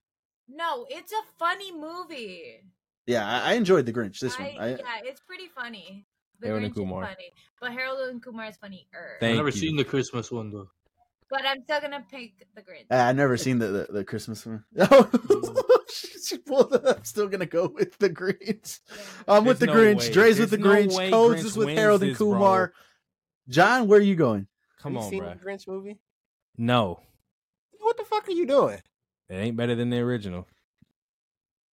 no, it's a funny movie.
Yeah, I, I enjoyed the Grinch. This
I,
one, I,
yeah, it's pretty funny. The
Harold
Grinch
and Kumar.
is funny, but Harold and Kumar is funny.
Thank
I've never
you.
seen the Christmas one though.
But I'm still gonna pick the Grinch.
Uh, I've never seen the, the, the Christmas one.
Mm.
Oh, she, she pulled it up. Still gonna go with the Grinch. I'm with the
There's no
Grinch.
way.
Dre's with
There's
the
no
Grinch.
way
Codes
Grinch
is with
wins
Harold and
this, bro.
Kumar. John, where are you going?
Come
you
on,
seen
bro.
the Grinch movie?
No,
What the fuck are you doing?
it ain't better than the original.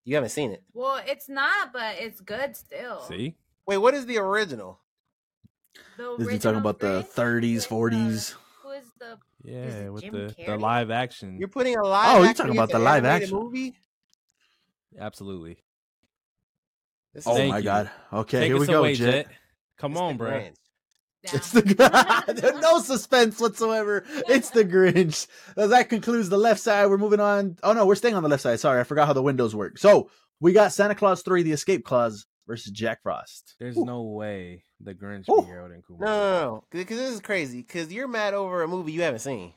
You haven't seen it.
Well, it's not, but it's good still.
See,
Wait, what is the original?
The
This is talking
original
about the
Grinch
30s,
with, uh,
40s.
Who is the?
yeah,
it
with
Jim
the, the
Carrey?
live action,
You're putting a live.
Oh, you're
action
talking about
against
the
an
live
animated
action.
movie.
absolutely.
This
Oh
Thank
my
you.
god. Okay,
Take
here we
us
go,
away,
Jet.
Jet. Come
it's
on,
the
bro.
Grinch.
It's the Grinch. no suspense whatsoever. It's the Grinch. Uh, That concludes the left side. We're moving on. Oh no, we're staying on the left side. Sorry, I forgot how the windows work. So we got Santa Claus Three: The Escape Clause versus Jack Frost.
There's
Ooh.
no way the Grinch
Ooh.
beat Harold and Kumar.
No, no, no, because this is crazy. Because you're mad over a movie you haven't seen.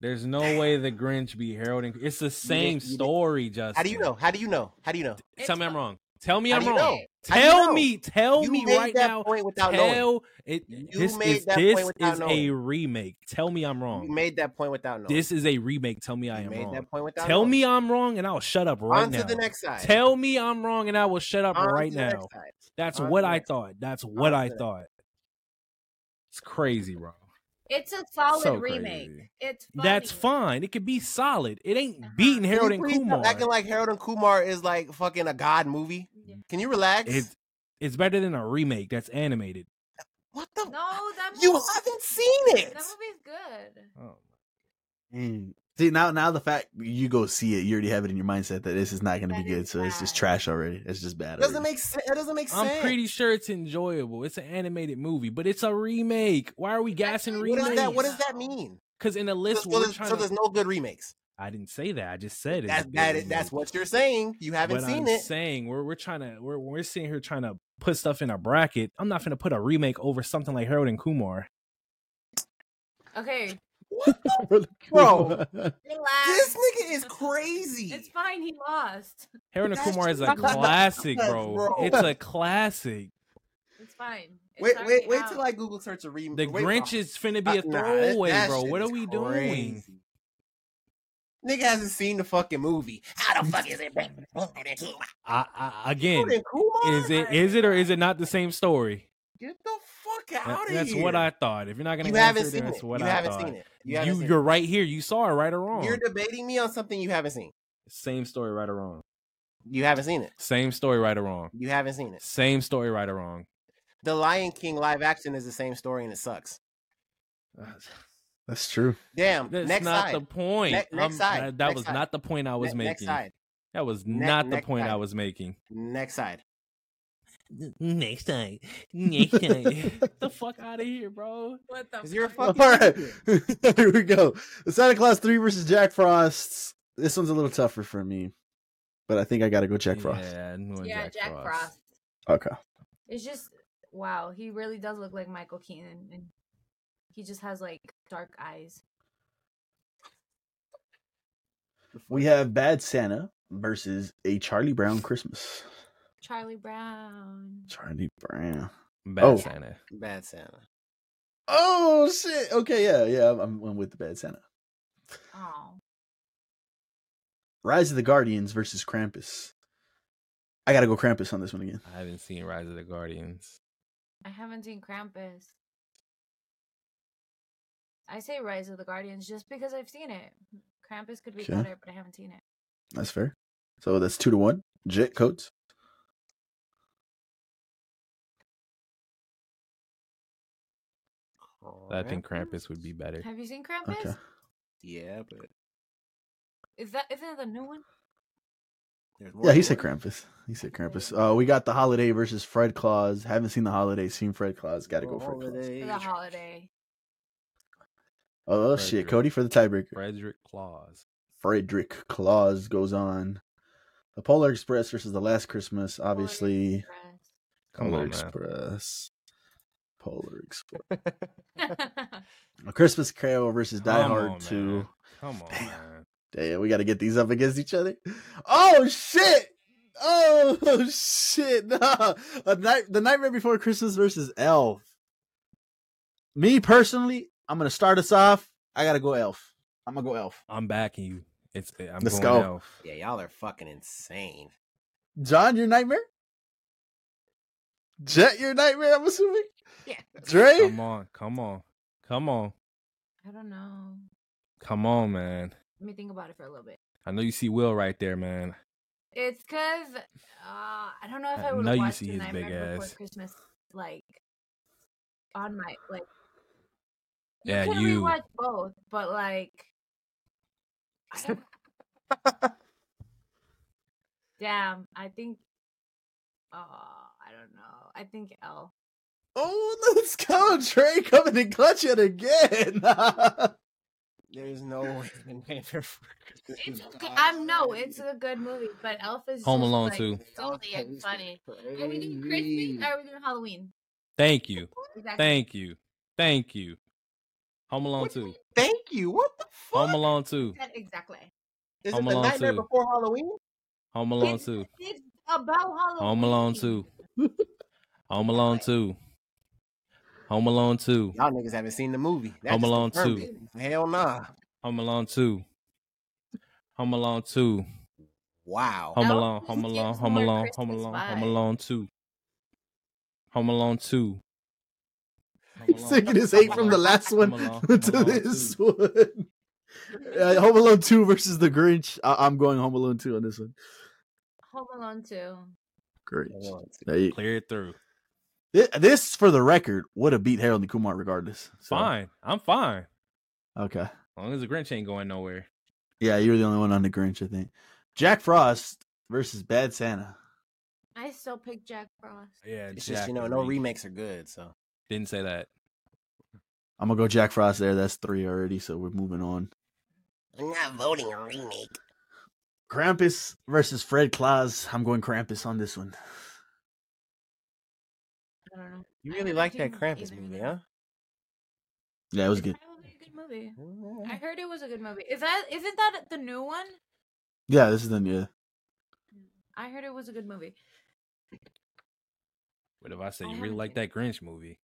There's no way the Grinch beat Harold and it's the same
you didn't-
story. Justin,
How do you know? How do you know? How do you know?
Tell me I'm wrong. Tell me
How
I'm
do you
wrong.
know? How do you
Tell
know?
me, tell
you
me
made
right
that
now.
point without knowing.
Tell it.
You
this
made
is
that point
this
without
is a
knowing.
remake. Tell me I'm wrong.
You made that point without knowing.
This is a remake. Tell me I
you
am
made
wrong.
that point without
Tell
knowing.
me I'm wrong, and I'll shut up right
On
now.
to the next side.
Tell me I'm wrong, and I will shut up
On to
right
the next
now.
side.
That's
On to
what
the
I
next side.
thought. That's what
On to
I
the next
thought. It's crazy, bro.
It's a solid
So
remake.
crazy.
It's funny.
That's fine. It could be solid. It ain't
Uh-huh.
beating
Can you
Harold and
please stop
Kumar.
Acting like Harold and Kumar is like fucking a god movie.
Yeah.
Can you relax?
It's it's better than a remake that's animated.
what the?
No, that movie,
You haven't seen
That
it.
movie's good.
Oh,
Mm. See now, now the fact you go see it, you already have it in your mindset that this is not going to be
That
good.
is
So it's just
bad.
trash already. It's just bad.
Doesn't
already.
make sense. That doesn't make
I'm
sense.
pretty sure it's enjoyable. It's an animated movie, but it's a remake. Why are we gassing
Actually,
What
remakes?
does
remade.
that? What does that mean?
Because in the list,
so,
we're
there's,
trying
so
to-
there's no good remakes.
I didn't say that. I just said it's a
That's
good
that.
remake.
That's what you're saying. You haven't
but
seen
I'm
it.
saying we're we're trying to we're we're sitting here trying to put stuff in a bracket. I'm not gonna put a remake over something like Harold and Kumar.
Okay,
Bro.
relax.
This nigga is crazy.
It's fine. He lost.
Harold and
That's
Kumar is a
just not-
classic,
Yes,
bro.
bro.
It's a classic.
It's fine. It's
Wait,
already
wait, wait
out.
till I Google search a remake.
The Grinch is finna be a throwaway, bro. What are we doing?
Nigga hasn't seen the fucking movie. How the fuck is it better than Harold and Kumar?
I, I, again,
Harold and Kumar?
is it is it or is it not the same story?
Get the fuck
That-
out of
that's
here.
what I thought. If you're not gonna
You
answer,
haven't
then
seen
that's
it.
what
you
I
haven't
thought.
seen it. You haven't
You
seen
you, are right here. You saw it right or
it.
wrong.
You're debating me on something you haven't seen.
Same story, right or wrong.
You haven't seen it.
Same story, right or wrong.
You haven't seen it.
Same story, right or wrong.
The Lion King live action is the same story and it sucks.
That's true.
Damn.
That's
next
not
side.
the point.
Ne- next
Um,
side.
That, that
Next
was
side.
not the point I was
Ne- Next
making.
side.
That was
Ne-
not the
next
point I
side.
was making.
Next side.
Next time. Next time. Get the fuck out of here, bro.
What the?
Because you're a
fuck?
All
fucking
right,
idiot.
here we go. The Santa Claus Three versus Jack Frost. This one's a little tougher for me, but I think I got to go Jack Frost.
Yeah, I'm going
Yeah, Jack, Frost.
Okay.
It's just wow. He really does look like Michael Keaton, and he just has like dark eyes.
We have Bad Santa versus a Charlie Brown Christmas.
Charlie Brown.
Charlie Brown.
Bad
Oh.
Santa.
Bad Santa.
Oh shit. Okay. Yeah. Yeah. I'm, I'm, I'm with the Bad Santa.
Oh,
Rise of the Guardians versus Krampus. I got to go Krampus on this one again.
I haven't seen Rise of the Guardians.
I haven't seen Krampus. I say Rise of the Guardians just because I've seen it. Krampus could be
Okay.
better, but I haven't seen it.
That's fair. So that's two to one. Jit coats.
Oh,
I think Krampus would be better.
Have you seen Krampus?
Okay.
Yeah, but
Is that isn't that the new one?
there's
Yeah,
more
he
to
said
it.
Krampus. He said Krampus. Uh, we got the holiday versus Fred Claus. Haven't seen the holiday. Seen Fred Claus. Got to go Fred Claus.
For
Holiday.
the holiday.
Oh
Frederick.
shit, Cody for the tiebreaker.
Frederick Claus.
Frederick Claus goes on. The Polar Express versus the Last Christmas. Obviously,
Express.
Come
Polar
on, man.
Express. Polar Express.
I
A Christmas Carol versus Die
Come
Hard
on,
Two.
man. Come on,
Damn.
man.
Damn, we got to get these up against each other. Oh shit! Oh shit! Nah. A night, the Nightmare Before Christmas versus Elf. Me personally, I'm gonna start us off. I gotta go Elf. I'm gonna go Elf.
I'm backing you. It's I'm
Let's
going
go.
Elf.
Yeah, y'all are fucking insane.
John, your nightmare. Jet, your nightmare. I'm assuming.
Yeah.
Dre.
Come on, come on, come on,
I don't know.
come on, man.
Let me think about it for a little bit.
I know you see Will right there, man.
It's because uh, I don't know if
I
I, would
know Uh, you
watch
see
the
his
Nightmare
big
Before
ass.
Christmas like on my like.
Yeah,
can
you.
rewatch both, but like, I don't. Damn, I think. Oh, I don't know. I think L.
Oh, let's go, Dre. Coming in clutch yet again.
There's no way the Nightmare Before Christmas.
It's
is
okay.
not
I'm no.
funny.
It's a good movie, but Elf is
Home
just,
Alone
like,
too.
So damn funny. Are we doing Christmas or are we doing Halloween?
Thank you,
Exactly.
thank you, thank you. Home Alone
What do you
two.
mean?
Thank you. What the fuck?
Home Alone two.
That- Exactly.
Is it
Home
the
Alone
Nightmare
two.
Before Halloween?
Home Alone
It's-
two.
It's about Halloween.
Home Alone two. Home Alone two. Home Alone two.
Y'all niggas haven't seen the movie.
Home
just
Alone
confirmed
2.
it. Hell nah.
Home Alone two. Home Alone two.
Wow.
Home
Elf
Alone.
just
Home
gives
Alone. Home
more
Alone. Home
Christmas
Alone. Home
vibe.
Alone two. Home Alone two. Home
He's
Alone,
taking his
Home
eight from the
Alone,
last
Home
one
Alone,
to
Home Alone
this
2.
one. Uh, Home Alone 2 versus The Grinch. I- I'm going Home Alone 2 on this one.
Home Alone two.
Grinch.
Home
There you-
Clear it through.
Thi- This, for the record, would have beat Harold and Kumar regardless. So,
Fine. I'm fine.
Okay.
As long as the Grinch ain't going nowhere.
Yeah, you're the only one on The Grinch, I think. Jack Frost versus Bad Santa.
I still pick Jack Frost.
Yeah,
It's just, you know, no remakes are good, so.
Didn't say that.
I'm going to go Jack Frost there. That's three already, so we're moving on.
I'm not voting a remake.
Krampus versus Fred Claus. I'm going Krampus on this one.
I don't know.
You
I
really
don't
like that
think
Krampus
either of
movie, huh?
them.
Yeah, it was
It's
good.
Probably a good movie. I
Mm.
heard it was a good movie. Is that isn't that the new one?
Yeah, this is the yeah.
I heard it was a good movie.
What if I say
I
you really
haven't
like
seen
that Grinch movie?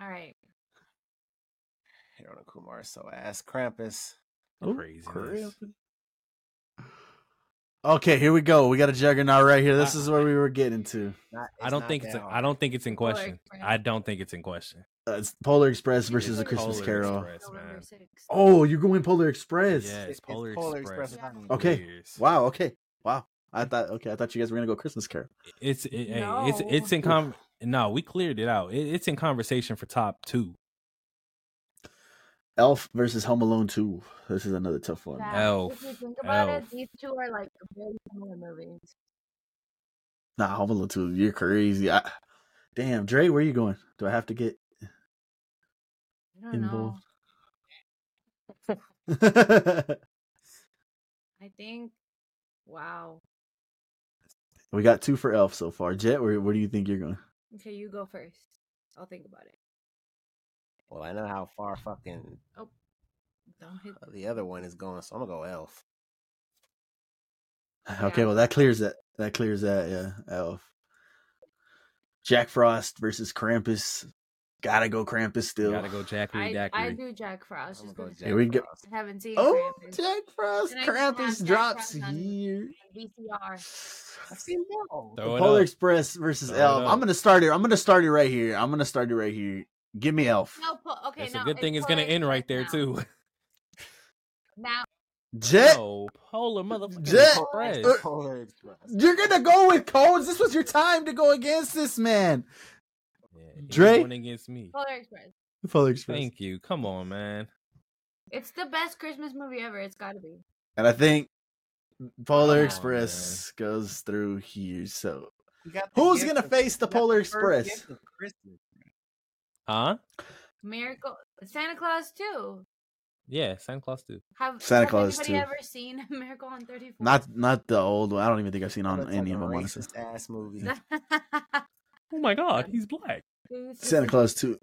All right.
Harold and Kumar, is so ass. Krampus.
Oh,
Craziness.
Krampus. Okay, here we go. We got a juggernaut right here. This
Uh,
is where we were getting to.
Not,
I don't think it's. I I don't think it's in
Polar
question.
Express.
I don't think it's in question.
Uh, it's Polar Express
It
versus
is
A Christmas
Polar
Carol.
Express,
November
man.
6th.
Oh, you're going Polar Express.
Yeah,
It's-
it's
it's
Polar,
Polar
Express.
Express.
for
Okay.
years.
Wow. Okay. Wow. I thought. Okay. I thought you guys were gonna go Christmas Carol.
It's it, hey, it's it's
No.
in con. No, we cleared it out. It, it's in conversation for top two.
Elf versus Home Alone Two. This is another tough one.
Yeah,
Elf,
If you think about
Elf.
it, these two are like very similar movies.
Nah, Home Alone Two. You're crazy. I, damn, Dre, where you going? Do I have to get
I don't know.
involved? we
I think. Wow.
got two for Elf so far. Jet, where, where do you think you're going?
Okay, you go first. I'll think about it.
Well, I know how far fucking
Don't hit.
the other one is going, so I'm gonna go Elf.
Okay,
Yeah.
Uh, well that clears that. That clears that. Yeah, Elf. Jack Frost versus Krampus. Gotta go Krampus still.
gotta go Jackery
I, I
Dackery.
do Jack Frost.
I'm
Just
gonna go
because
Here we go.
Frost.
I haven't seen
Oh,
Krampus.
Jack Frost.
And I just have
Krampus
Jack
drops
Frost on-
here.
VCR.
I've seen both.
Throw it
Polar
up.
Express versus
Throw it
Elf.
up.
I'm gonna start it. I'm gonna start it right here. I'm gonna start it right here. Give me Elf.
No, po- okay,
it's
no.
a good thing it's gonna
Polar
end right there
Express
too.
Now,
Jet,
No, Polar motherfucking
Jet-
Express.
Uh,
Polar Express.
you're gonna go with Cones. This was your time to go against this man.
Yeah,
Dre-
anyone against me.
Polar Express.
Polar Express.
Thank you. Come on, man.
It's the best Christmas movie ever. It's got to be.
And I think Polar
Oh,
Express goes through here. So
You got the
who's
gift
gonna
of-
face the
you got
Polar
first
Express?
gift of Christmas.
Huh?
Miracle Santa Claus too.
Yeah, Santa Claus too.
Have
Santa
have
Claus
anybody
2.
ever seen Miracle on 34?
Not not the old one. I don't even think I've seen on
That's
any
like
of
a
them. Honestly,
Racist ass movie.
Oh my God, he's black.
Santa Claus two.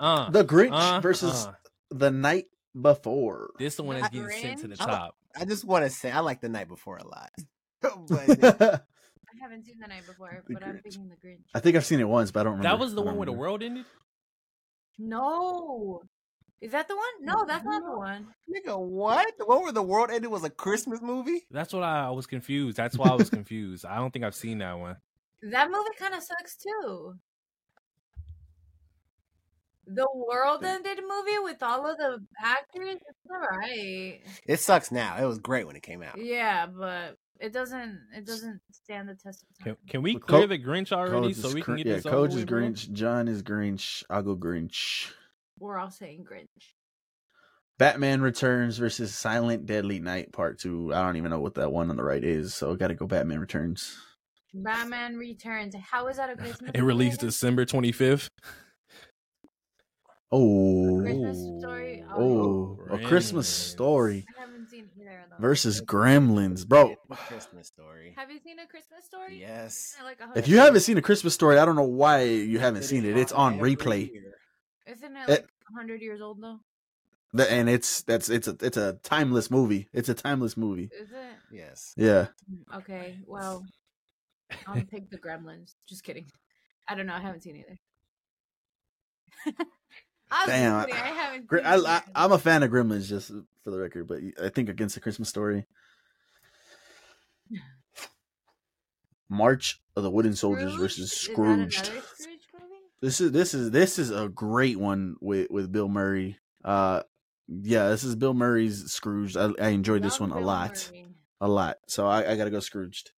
Uh,
The Grinch
uh,
versus
uh.
the night before.
This the one that's getting sent to the
Grinch?
top.
I just want to say I like The Night Before a lot. But
I
I haven't seen the night before,
The
but I'm
Grinch.
thinking the Grinch.
think I've seen it once, but I don't remember.
That was the
I don't
one where the
remember.
world ended.
No, is that the one? No, that's not the one.
nigga, what? The one where the world ended was a Christmas movie?
That's what I, I was confused. That's why I was confused. I don't think I've seen that one.
That movie kind of sucks too. The world ended movie with all of the actors. It's all right.
It sucks now. It was great when it came out.
Yeah, but it doesn't. It doesn't stand the test of
Can,
time.
can we
Well,
clear
Coach-
the Grinch already
Coach
so
is
we can
Grin-
get
yeah,
this?
Coach
over
is
with, bro?
Grinch. John is Grinch. I'll go Grinch.
We're all saying Grinch.
Batman Returns versus Silent Deadly Night Part Two. I don't even know what that one on the right is, so I got to go Batman Returns.
Batman Returns. How is that a Christmas?
It released
movie?
December twenty fifth.
Oh,
Christmas story.
oh, a Christmas story
I haven't seen either of those.
versus Gremlins, bro.
It's a Christmas story.
Have you seen a Christmas story?
Yes.
Isn't it like a
If you haven't seen a Christmas story, I don't know why you haven't seen it. It's on
Every
replay,
year.
isn't
it-
it like hundred years old though?
The- and it's that's it's a it's a timeless movie. It's a timeless movie.
Is it?
Yes.
Yeah,
Mm, Okay. Well, I'll pick the Gremlins. Just kidding. I don't know. I haven't seen either. I was just
Damn, I-
kidding, I haven't.
Gr-
seen
I, I,
either.
I'm a fan of Gremlins, just for the record, but I think against the Christmas story. March of the Wooden Soldiers
Scrooge? Is
versus
that
Scrooge.
another Scrooge movie?
This is this is this is a great one with with Bill Murray. Uh, yeah, this is Bill Murray's Scrooge. I, I enjoyed this
Love
one a
Bill
lot,
Murray.
a lot. So I, I gotta go Scrooged.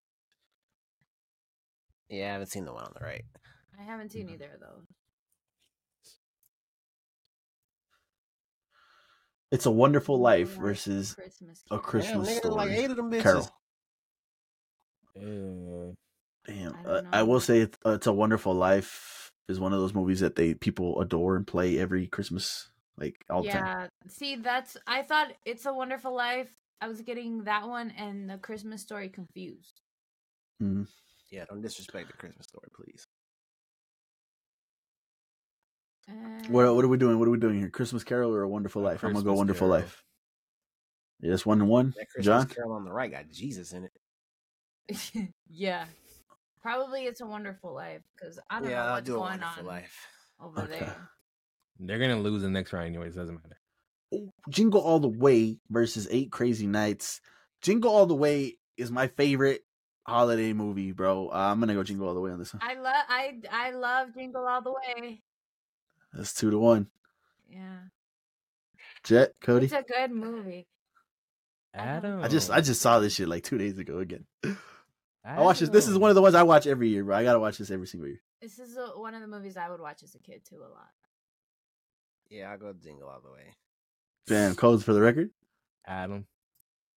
Yeah, I haven't seen the one on the right.
I haven't
Mm.
seen either of those.
It's a Wonderful Life
Last
versus
Christmas.
a
Carol.
Christmas
Damn, nigga, there's
story.
like eight of them bitches.
Carol.
Yeah.
Damn,
I
uh,
don't
I
know.
will say it's, uh, it's a Wonderful Life is one of those movies that they people adore and play every Christmas, like all the time.
yeah. See, that's I thought It's a Wonderful Life. I was getting that one and the Christmas story confused.
Yeah, don't disrespect the Christmas story, please.
Uh,
What what are we doing? What are we doing here? Christmas Carol or a Wonderful
A
Life? I'm gonna go
Christmas
Wonderful
Carol.
Life. Yes, one and one.
That Christmas
John,
Carol on the right got Jesus in it.
yeah, probably It's a Wonderful Life because I don't
yeah,
know
I'll
what's
do a
going
wonderful
on
life.
over
Okay.
there.
They're gonna lose the next round anyways. Doesn't matter.
Oh, Jingle All the Way versus Eight Crazy Nights. Jingle All the Way is my favorite holiday movie, bro. Uh, I'm gonna go Jingle All the Way on this one.
I love I I love Jingle All the Way.
That's two to one.
Yeah,
Jet, Cody.
it's a good movie.
Adam.
I just
Oh.
I just saw this shit like two days ago again. I watch this. This is one of the ones I watch every year, bro. I gotta watch this every single year.
This is a, one of the movies I would watch as a kid too a lot.
Yeah, I'll go jingle all the way.
Damn, codes for the record.
Adam.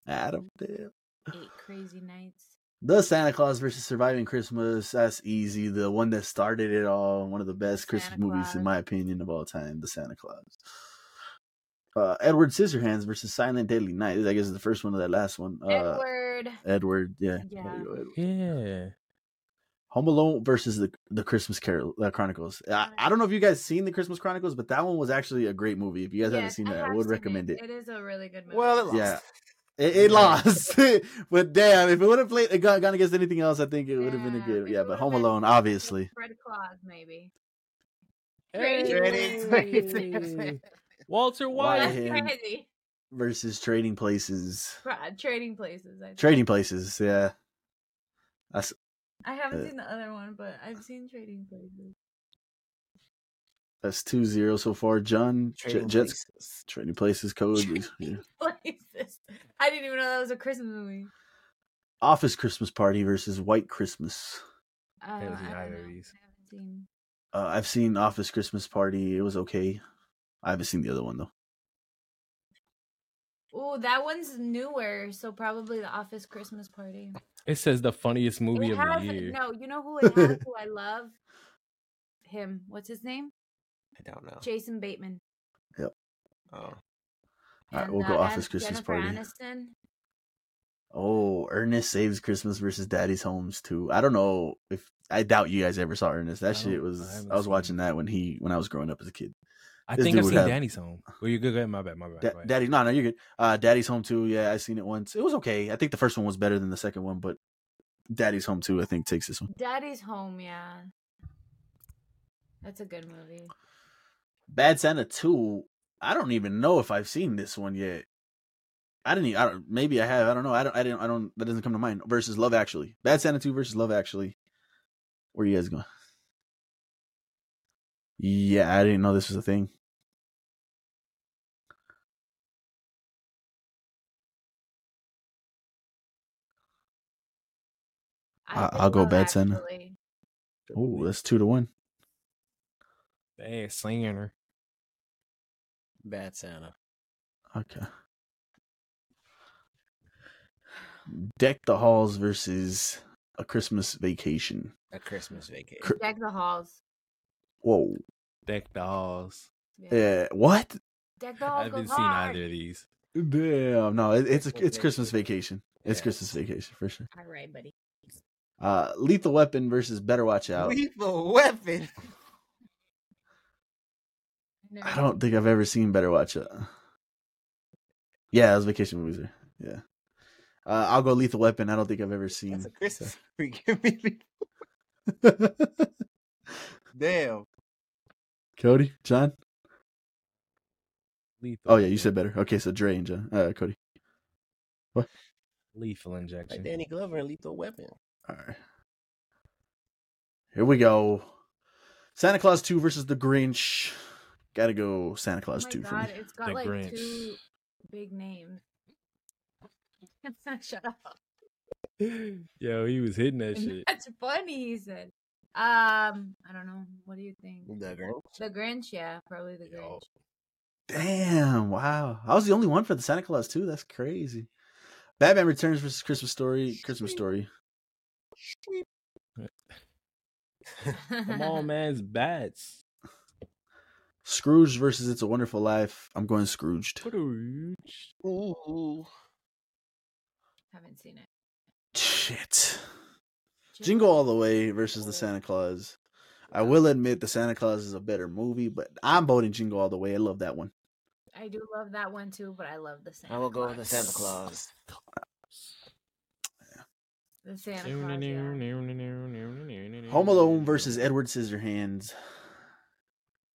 Adam, damn.
Eight Crazy Nights.
The Santa Claus versus Surviving Christmas. That's easy. The one that started it all. One of the best Christmas
Santa
movies, in
Claus.
my opinion, of all time. The Santa Claus. Uh, Edward Scissorhands versus Silent Deadly Night. This, I guess is the first one of that last one. Uh, Edward.
Edward.
yeah. There
Yeah.
you go, Edward.
Yeah.
Home Alone versus the the Christmas Carol uh, Chronicles. I, I don't know if you guys seen the Christmas Chronicles, but that one was actually a great movie. If you guys haven't
Yes,
seen that, I,
have
would
seen
recommend it.
It is a really good movie.
Well, it lost.
Yeah. It, it
Yeah.
lost, but damn, if it would have played it gone, gone against anything else, I think it would have been a good.
it
Yeah, but
would've
Home
been
Alone,
like a
obviously.
Fred Claus, maybe.
Hey.
Walter
Wyatt.
White.
That's
him.
crazy.
versus Trading Places.
Tra- Trading Places. I think.
Trading Places, yeah. That's,
I haven't
uh,
seen the other one, but I've seen Trading Places.
that's 2 0 so far. John, J-
Trading
Jets,
Places.
Trading Places code. is- yeah.
Places. I didn't even know that was a Christmas movie.
Office Christmas Party versus White Christmas.
Uh, I,
haven't seen
don't
either
know.
of
I haven't
these.
seen.
Uh, I've seen Office Christmas Party. It was okay. I haven't seen the other one, though.
Oh, that one's newer, so probably The Office Christmas Party.
It says the funniest movie
it
of
has,
the year.
No, you know who it has, who I love? Him. What's his name?
I don't know.
Jason Bateman.
Oh.
All right,
And,
we'll go
uh,
Office
An-
Christmas
Jennifer
Party.
Aniston.
Oh, Ernest Saves Christmas versus Daddy's Homes too. I don't know if I doubt you guys ever saw Ernest. That
I
shit
don't- I
was
haven't
I was
seen
watching
it.
that when he when I was growing up as a kid.
I
This
think
dude
I've
would
seen
have-
Danny's home. Well, you're good. Go ahead. My bad. My bad.
Da-
go ahead.
Daddy, no, no, you're good. Uh, Daddy's Home too. Yeah, I seen it once. It was okay. I think the first one was better than the second one, but Daddy's Home Too, I think, takes this one.
Daddy's Home, yeah. That's a good movie.
Bad Santa Two. I don't even know if I've seen this one yet. I didn't. e- I don't. Maybe I have. I don't know. I don't. I didn't. I don't. That doesn't come to mind. Versus Love Actually. Bad Santa Two versus Love Actually. Where you guys going? Yeah, I didn't know this was a thing. I-
did
I'll go
love
Bad Santa.
Actually.
Oh, that's two to one.
Hey, slinging her.
Bad Santa.
Okay. Deck the Halls versus A Christmas Vacation.
A Christmas vacation.
Cr-
Deck the Halls.
Whoa.
Deck the halls.
Yeah. What?
Deck the
I
Halls
haven't
goes
seen
hard.
either of these.
Damn. No, it, it's
Christmas
it's Christmas
Vacation.
Vacation. It's
Yeah.
Christmas Vacation for sure.
All right, buddy.
Uh, Lethal Weapon versus Better Watch Out.
Lethal weapon.
No.
I don't think I've ever seen Better Watch Out. Yeah, it was Vacation Movies. there. Yeah. Uh, I'll go Lethal Weapon. I don't think I've ever seen.
That's a Christmas freaking movie. Damn.
Cody, John.
Lethal
Oh yeah, you
injection.
said better. Okay, so Dre and John. Uh, Cody.
lethal injection.
Like Danny Glover and Lethal Weapon.
All right. Here we go. Santa Claus 2 versus The Grinch. Gotta go Santa
Oh
Claus
my
2 for
God,
me.
it's got
The
like
Grinch.
two big names. Shut up.
Yo, he was hitting that shit.
That's funny, he said. Um, I don't know. What do you think?
The Grinch.
The Grinch, yeah, probably the
Yo.
Grinch.
Damn, wow. I was the only one for the Santa Claus 2. That's crazy. Batman Returns versus Christmas Story. Christmas Story.
Come on, man, it's bats.
Scrooge versus It's a Wonderful Life. I'm going Scrooged.
Ooh.
Haven't seen it.
Shit. Jingle All the Way versus The Santa Claus. I will admit The Santa Claus is a better movie, but I'm voting Jingle All the Way. I love that one.
I do love that one too, but I love the Santa.
I will go with the
Claus.
Santa Claus.
The Santa Claus. Yeah.
Home Alone
Mm.
versus Edward Scissorhands.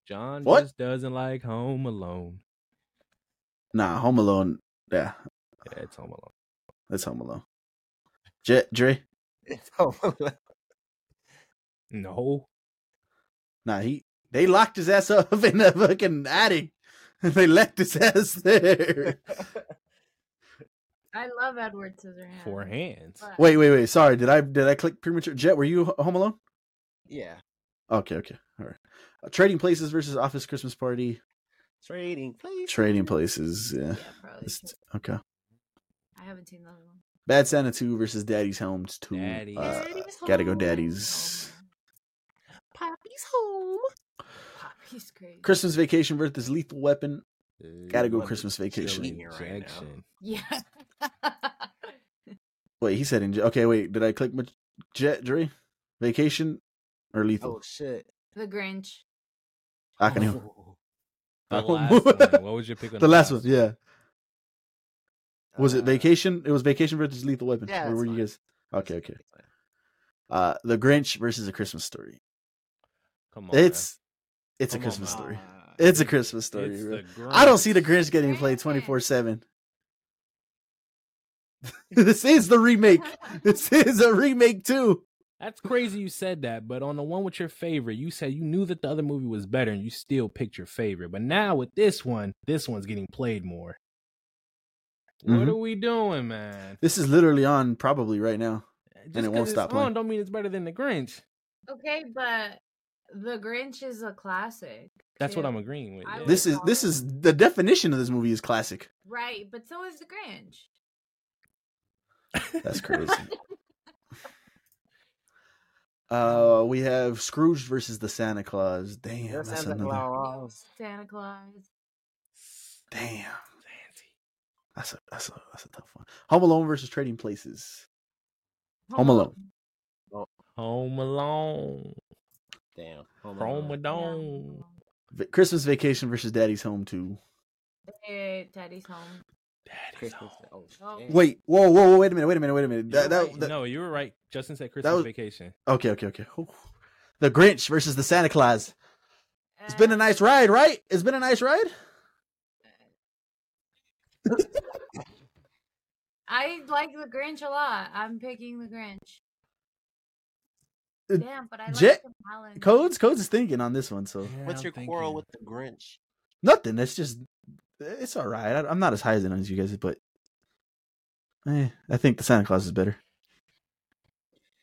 John
What?
just doesn't like Home Alone.
Nah, Home Alone. Yeah,
Yeah, it's Home Alone.
that's Home Alone. J- Dre.
It's Home Alone.
No,
Nah, he they locked his ass up in the fucking attic. And they left his ass there.
I love Edward Scissorhands.
four hands.
but-
wait, wait, wait. Sorry, did I did I click premature? Jet, were you Ho- Home Alone?
Yeah.
Okay, okay, all right. Uh, Trading Places versus Office Christmas Party.
Trading place.
Trading Places.
Yeah,
Yeah.
probably.
It's-
should.
Okay.
I haven't seen the other one.
Bad Santa Two versus Daddy's Homes Two.
Daddy's.
Uh,
Daddy's
gotta go
home.
Daddy's.
Poppy's home.
Oh, Poppy's crazy.
Christmas Vacation versus Lethal Weapon. Gotta go
Love
Christmas
Chili.
Vacation.
here right now.
Injection.
Yeah.
Wait, he said in okay. Wait, did I click ma- jet Dre vacation or
Oh
lethal?
shit.
the Grinch.
Oh,
I can hear.
The
I won't
last
move.
one. What was your pick on
The last one, yeah. Was
Uh,
it vacation? It was vacation versus lethal weapon.
yeah,
Where
that's
were
fine.
you guys? Okay, okay.
It's fine.
Uh, the Grinch versus a Christmas story.
Come on,
It's it's a
Come on,
Christmas
man.
story.
Uh,
It's a Christmas
man.
story.
It's
bro.
the
I don't see the
Grinch.
Grinch getting played
Grinch.
twenty four seven. This is the remake. This is a remake too.
That's crazy you said that, but on the one with your favorite, you said you knew that the other movie was better and you still picked your favorite. But now with this one, this one's getting played more. What
Mhm.
are we doing, man?
This is literally on probably right now.
Just
it
'cause
won't
it's
stop
on
playing.
don't mean it's better than the Grinch.
Okay, but the Grinch is a classic.
That's what
too.
I'm agreeing with.
I
yeah.
would
This is this
call it-
is the definition of this movie is classic.
Right, but so is the Grinch.
That's crazy.
Um,
uh, we have Scrooge versus the Santa Claus. Damn,
Your
that's
Santa
another.
Claus.
Santa Claus.
Damn, that's a that's a that's a tough one. Home Alone versus Trading Places. Home Alone.
Home Alone.
Damn.
Home
Yeah,
Alone.
Home
Va- Christmas Vacation versus Daddy's Home Too.
Alone. Hey, Daddy's home.
That is
Christmas.
all.
Oh,
Oh.
shit.
Wait, whoa, whoa, whoa, wait a minute, wait a minute, wait a minute.
You were
That, that,
right.
that-
no, you were right. Justin said Christmas
Oh, was-
vacation.
Okay, okay, okay. Whew. The Grinch versus the Santa Claus. It's been a
Uh,
nice ride, right? It's been a nice ride.
I like the Grinch a lot. I'm picking the Grinch.
Uh,
Damn, but I like
Jet-
Tim Allen.
Codes, codes is thinking on this one, so
What's your quarrel with the Grinch?
nothing. That's just it's all right. I, I'm not as high as it as you guys, but eh, I think the Santa Claus is better.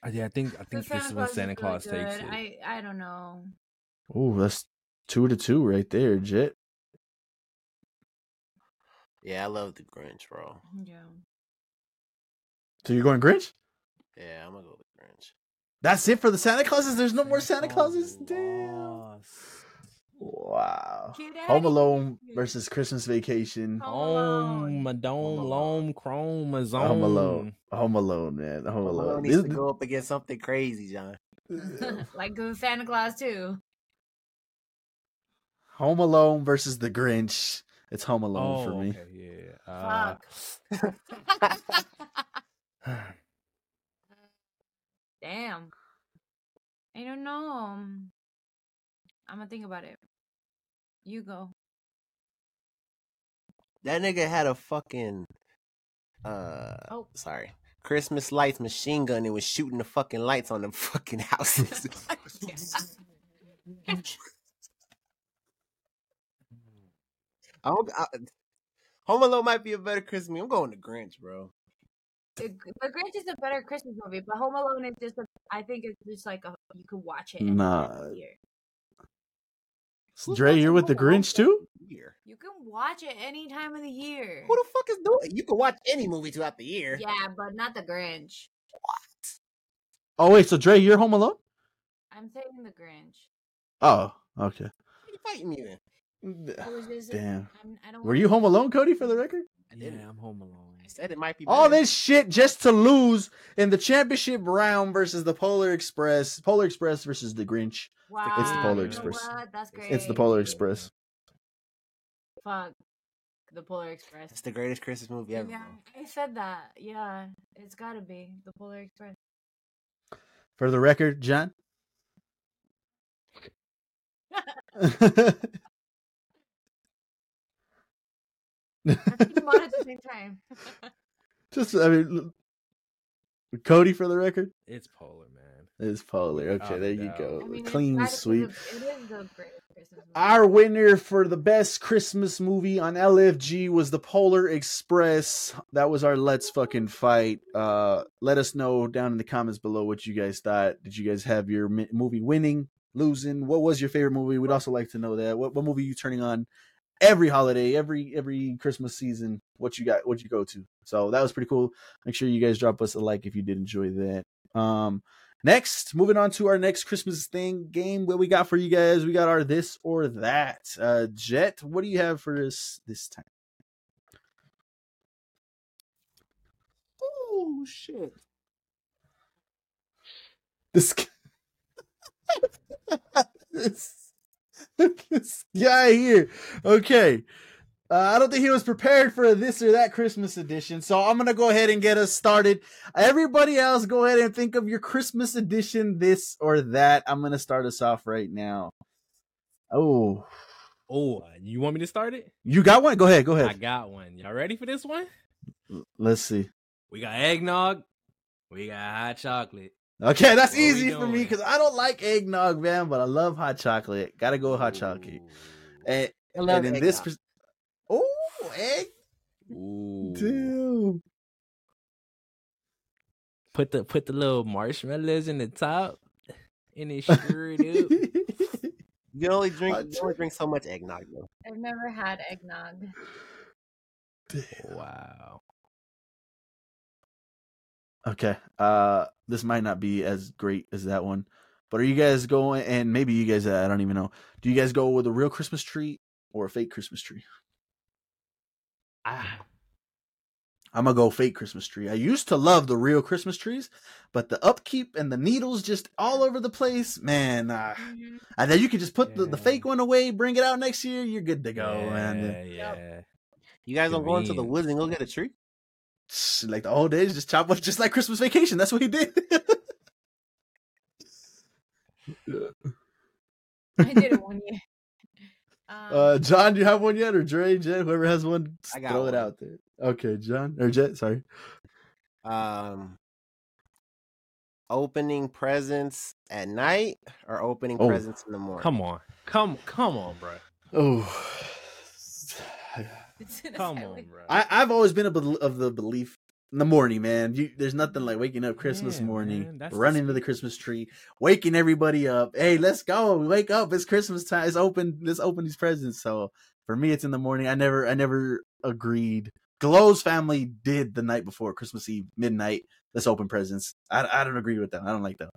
Uh, Yeah, I think I
The
think this is when
is
Santa
really
Claus takes
good.
it.
I I don't know.
Oh, that's two to two right there, Jet.
Yeah, I love the Grinch, bro.
Yeah.
So you're going Grinch?
Yeah, I'm gonna go with the Grinch.
That's it for the Santa Clauses. There's no more Santa
Santa
Clauses. Damn.
Claus.
Wow.
Cute
Home Alone
attitude.
versus Christmas Vacation.
Home
Om,
Alone.
Madome,
Alone.
Lom, Um, Chrome,
Home
Azone.
Alone. Home Alone, man. Home
Malone
Alone.
needs
This-
to go up against something crazy, John.
like the Santa Claus too.
Home Alone versus The Grinch. It's Home Alone for me.
Oh, okay, yeah. Uh,
Damn. I don't know. I'm gonna think about it. You go.
That nigga had a fucking uh
Oh.
sorry. Christmas lights machine gun and was shooting the fucking lights on them fucking houses. I don't, I, Home Alone might be a better Christmas. I'm going to Grinch, bro.
The, Gr- the Grinch is a better Christmas movie, but Home Alone is just a. I think it's just like a. You could watch it. and
Nah.
it's here.
Dre, you're with The Grinch too?
Year.
You can watch it any time of the year.
Who the fuck is doing? You can watch any movie throughout the year.
Yeah, but not the Grinch.
Oh, wait. So, Dre, you're Home Alone?
I'm saying the Grinch.
Oh, okay.
What are you fighting me then?
It was just
Damn.
I'm, I don't
Were
wanna-
you Home Alone, Cody, for the record?
yeah, I'm home alone.
I said it might be.
All
better.
this shit just to lose in the championship round versus the Polar Express. Polar Express versus The Grinch.
Wow,
It's the Polar
you know
Express.
what? That's great.
It's the Polar Express.
Fuck. The Polar Express.
It's the greatest Christmas movie ever.
yeah,
bro.
I said that. Yeah, it's gotta be the Polar Express.
For the record, John.
Come on at the same time.
Just, I mean, l- Cody, for the record,
It's polar, man.
is Polar. Okay,
Without a
there you
doubt.
go.
I mean, it's
Clean
gotta be the-
sweep.
it is the greatest Christmas. movie.
Our winner for the best Christmas movie on LFG was The Polar Express. That was our Let's Fucking Fight. Uh, let us know down in the comments below what you guys thought. Did you guys have your mi- movie winning, losing? What was your favorite movie? We'd also like to know that. What, what movie you turning on every holiday, every every Christmas season? What you got? What you go to? So that was pretty cool. Make sure you guys drop us a like if you did enjoy that. Um, Next, moving on to our next Christmas thing game. What we got for you guys? We got our this or that. Uh Jet, what do you have for us this time?
Oh shit!
This, this, this guy here. Okay. Uh, I don't think he was prepared for a this or that Christmas edition, so I'm gonna go ahead and get us started. Everybody else, go ahead and think of your Christmas edition, this or that. I'm gonna start us off right now. Oh,
Oh, uh, you want me to start it?
you got one? Go ahead, go ahead.
I got one. Y'all ready for this one?
L- Let's see.
We got eggnog. We got hot chocolate.
Okay, that's
What we
easy for me
doing?
because I don't like eggnog, man, but I love hot chocolate. Gotta go with hot chocolate. And,
I love
and in this, pers- oh, egg,
Ooh.
damn.
Put the put the little marshmallows in the top, and it sure it up.
you can only drink.
Uh,
You can only drink so much eggnog though.
I've never had eggnog.
Wow.
okay, uh, this might not be as great as that one, but are you guys going? And maybe you guys, uh, I don't even know. Do you guys go with a real Christmas tree or a fake Christmas tree?
Ah,
I'm gonna go fake Christmas tree. I used to love the real Christmas trees, but the upkeep and the needles just all over the place, man. Uh,
Mhm.
And then you can just put the, the
Yeah.
fake one away, bring it out next year, you're good to go. man.
Yeah, yeah.
You guys don't go into the
Convenient.
woods and go get a tree?
Like the whole day, just chop up, just like Christmas vacation. That's what he did.
I did it one year. Um,
Uh, John, do you have one yet, or Dre, Jet, whoever has one, just
I got
throw
one.
it out there. Okay, John or Jet, sorry.
Um, opening presents at night or opening
Oh.
presents in the morning?
Come on, come come on, bro.
Oh,
it's in a
Come on,
silent-
bro.
I I've always been a bel of the belief in the morning, man. You, there's nothing like waking up Christmas
Yeah,
morning,
man, that's the
running to the
spirit.
Christmas tree, waking everybody up. Hey, let's go! Wake up! It's Christmas time. It's open. Let's open these presents. So for me, it's in the morning. I never I never agreed. Glow's family did the night before Christmas Eve, midnight. Let's open presents. I I don't agree with that. I don't like that.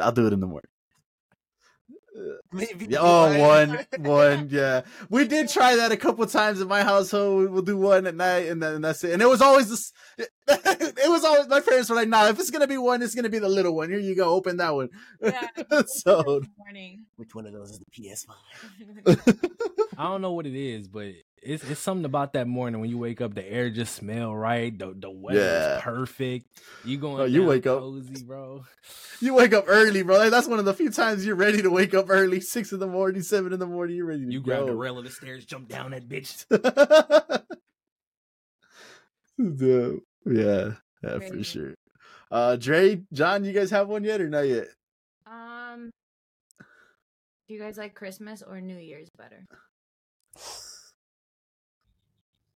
I'll do it in the morning.
Maybe
Yeah,
you
oh,
are.
one, one, yeah. We did try that a couple times in my household. We- We'll do one at night, and then that's it. And it was always this. It was always my parents were like, "Nah, if it's gonna be one, it's gonna be the little one. Here you go, open that one."
Yeah,
so
morning.
Which one of those is the PS5?
I don't know what it is, but it's it's something about that morning when you wake up, the air just smell right, the the weather
Yeah.
is perfect. You going?
you
down
wake up.
cozy, bro.
you wake up early, bro. Like, that's one of the few times you're ready to wake up early, six in the morning, seven in the morning. You're ready to
You grab the
go.
rail of the stairs, jump down that bitch.
Dude, yeah, yeah, for
Crazy.
sure. Uh, Dre, John, you guys have one yet or not yet?
um, do you guys like Christmas or New Year's better?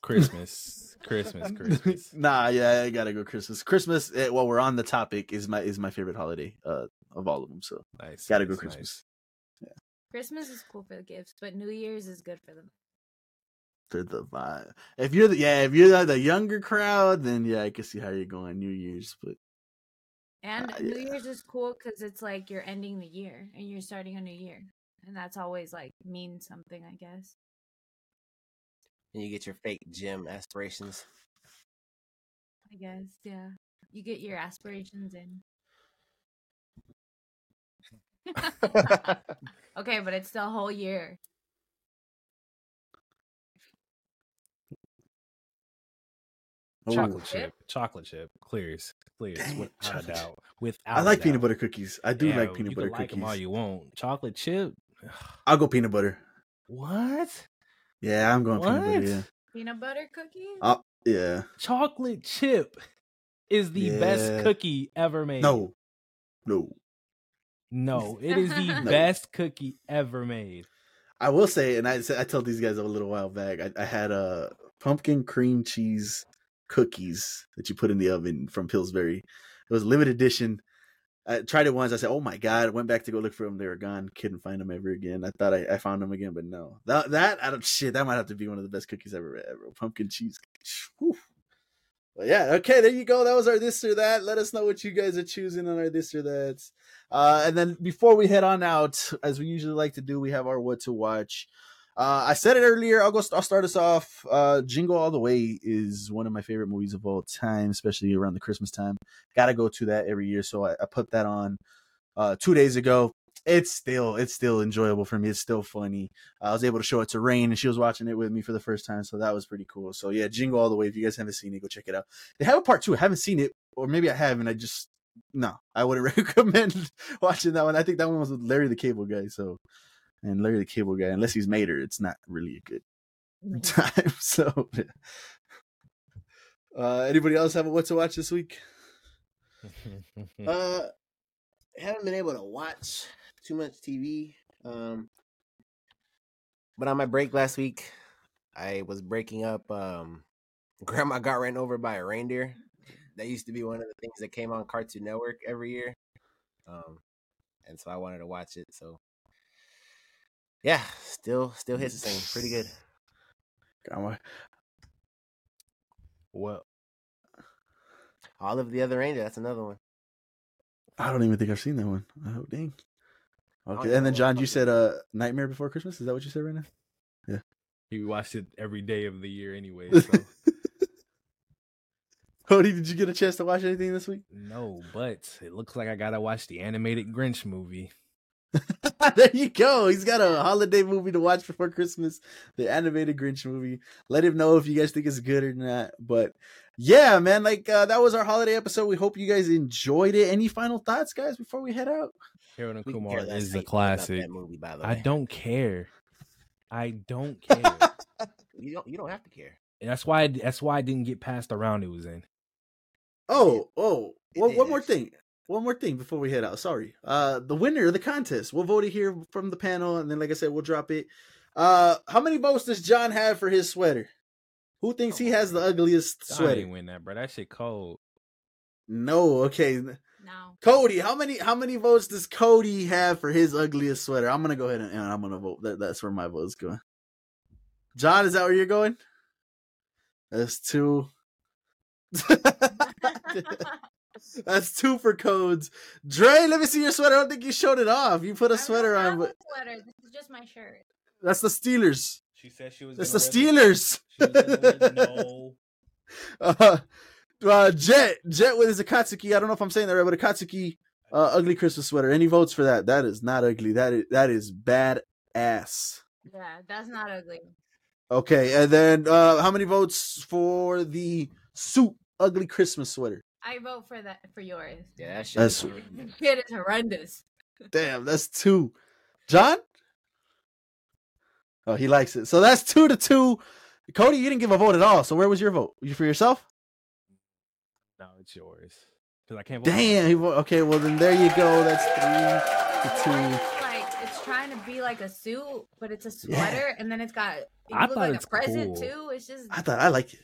Christmas, Christmas, Christmas.
nah, yeah, I gotta go Christmas. Christmas, eh, while we're on the topic, is my is my favorite holiday uh, of all of them. So
Nice.
gotta go
nice, nice.
Christmas
Christmas is cool for the gifts, but New Year's is good for them.
for the vibe. If you're the yeah, if you're the, the younger crowd, then yeah, I can see how you're going New Year's. But
And
Ah,
New
yeah.
Year's is cool because it's like you're ending the year and you're starting a new year, and that's always like means something, I guess.
And you get your fake gym aspirations.
I guess, yeah. You get your aspirations in. okay, but it's the whole year.
Ooh.
Chocolate chip, chocolate chip, clears, clears,
Dang,
without
chocolate
a
chip.
doubt. Without
I
a
like peanut
doubt.
butter cookies. I do
Yeah,
like peanut
you
butter
can like 'em all
cookies.
you want. Chocolate chip.
I'll go peanut butter.
What?
Yeah, I'm going peanut
What?
butter. Yeah,
Peanut butter cookies?
Uh, yeah.
Chocolate chip is the
Yeah.
best cookie ever made.
No, no.
No, it is the
No.
best cookie ever made.
I will say, and I said I told these guys a little while back. I, I had uh, pumpkin cream cheese cookies that you put in the oven from Pillsbury. It was limited edition. I tried it once. I said, "Oh my god!" I went back to go look for them. They were gone. Couldn't find them ever again. I thought I, I found them again, but no. That that I don't shit. That might have to be one of the best cookies ever. ever. Pumpkin cheese. Whew. But yeah, okay, there you go. That was our this or that. Let us know what you guys are choosing on our this or that. Uh, and then before we head on out, as we usually like to do, we have our what to watch. Uh, I said it earlier. I'll go. I'll start us off. Uh, Jingle All the Way is one of my favorite movies of all time, especially around the Christmas time. Gotta go to that every year, so I, I put that on uh, two days ago. It's still it's still enjoyable for me. It's still funny. I was able to show it to Rain, and she was watching it with me for the first time, so that was pretty cool. So yeah, Jingle All the Way. If you guys haven't seen it, go check it out. They have a part two. I haven't seen it, or maybe I have, and I just no. I wouldn't recommend watching that one. I think that one was with Larry the Cable Guy. So and Larry the Cable Guy, unless he's Mater, it's not really a good
Mm-hmm.
time. So, yeah. uh, anybody else have a what to watch this week?
Uh, haven't been able to watch too much TV. Um, but on my break last week, I was breaking up. Um, Grandma got ran over by a reindeer. That used to be one of the things that came on Cartoon Network every year. Um, and so I wanted to watch it. So yeah, still still hits the same. Pretty good.
Grandma.
well,
All of the other reindeer. That's another one.
I don't even think I've seen that one. Oh, dang.
don't
Okay,
even
and then
know
John,
what
you
fucking-
said uh, Nightmare Before Christmas. Is that what you said right now?
you watched it every day of the year anyway. So.
Cody, did you get a chance to watch anything this week?
no, but it looks like I gotta watch the animated Grinch movie.
there you go. He's got a holiday movie to watch before Christmas, the animated Grinch movie. Let him know if you guys think it's good or not. But yeah, man, like uh, that was our holiday episode. We hope you guys enjoyed it. Any final thoughts, guys, before we head out?
Harold and
We can
Kumar
care less
is
how you feel
a
about
classic.
That movie, by the way.
I don't care. I don't care.
You don't. You don't have to care.
that's why. that's why I didn't get past the round it was in.
Oh, oh,
It
one, one
is.
more thing. One more thing before we head out. Sorry. Uh, the winner of the contest. We'll vote it here from the panel, and then, like I said, we'll drop it. Uh, how many votes does John have for his sweater? Who thinks
Oh,
he has the ugliest
I didn't
sweater?
win that, bro. That shit cold.
No. Okay.
No.
Cody, how many how many votes does Cody have for his ugliest sweater? I'm gonna go ahead and, and I'm gonna vote. That, that's where my vote's going. John, is that where you're going? That's two. That's two for codes. Dre, let me see your sweater. I don't think you showed it off. You put a
I don't
sweater
have
on,
a
but
sweater. This is just my shirt.
that's the Steelers.
She said she was.
That's the Steelers.
no.
Uh, uh, Jet, Jet with his Akatsuki. I don't know if I'm saying that right, but Akatsuki uh, ugly Christmas sweater. Any votes for that? That is not ugly. That is that is bad ass.
Yeah, that's not ugly.
Okay, and then uh, how many votes for the suit ugly Christmas sweater?
I vote for that for yours.
Yeah, that shit.
That's-
is horrible.
This shit is horrendous.
Damn, that's two. John? Oh, he likes it. So that's two to two. Cody, you didn't give a vote at all. So where was your vote? You for yourself?
No, it's yours. Because I can't. vote for
Damn.
myself.
He vote. Okay, well then there you go. That's three
Mine
to two.
is like it's trying to be like a suit, but it's a
Yeah.
sweater, and then it's got. It
I
look
thought
like
it's
a present
cool.
too. It's just
I thought I liked it,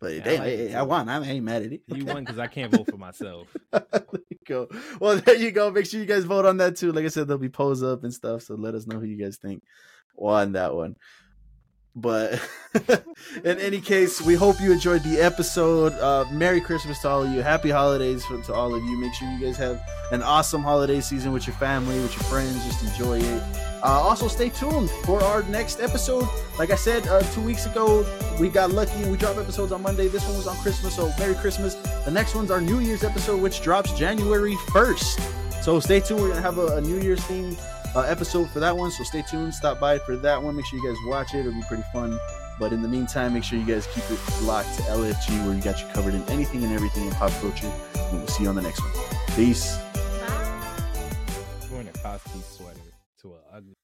but
Yeah, I
damn, I,
like it
I
too.
won. I ain't mad at it.
You won because I can't vote for myself.
there you go. Well, there you go. Make sure you guys vote on that too. Like I said, there'll be polls up and stuff. So let us know who you guys think won that one. But in any case, we hope you enjoyed the episode. Uh, Merry Christmas to all of you. Happy holidays for, to all of you. Make sure you guys have an awesome holiday season with your family, with your friends. Just enjoy it. Uh, also, stay tuned for our next episode. Like I said uh, two weeks ago, we got lucky and we drop episodes on Monday. This one was on Christmas, so Merry Christmas. The next one's our New Year's episode, which drops January 1st. So stay tuned. We're going to have a, a New Year's themed uh, episode for that one. So stay tuned. Stop by for that one. Make sure you guys watch it. It'll be pretty fun. But in the meantime, make sure you guys keep it locked to LFG, where you got you covered in anything and everything in pop culture. And we'll see you on the next one. Peace.
Bye.
Wearing a Cosby sweater to an ugly.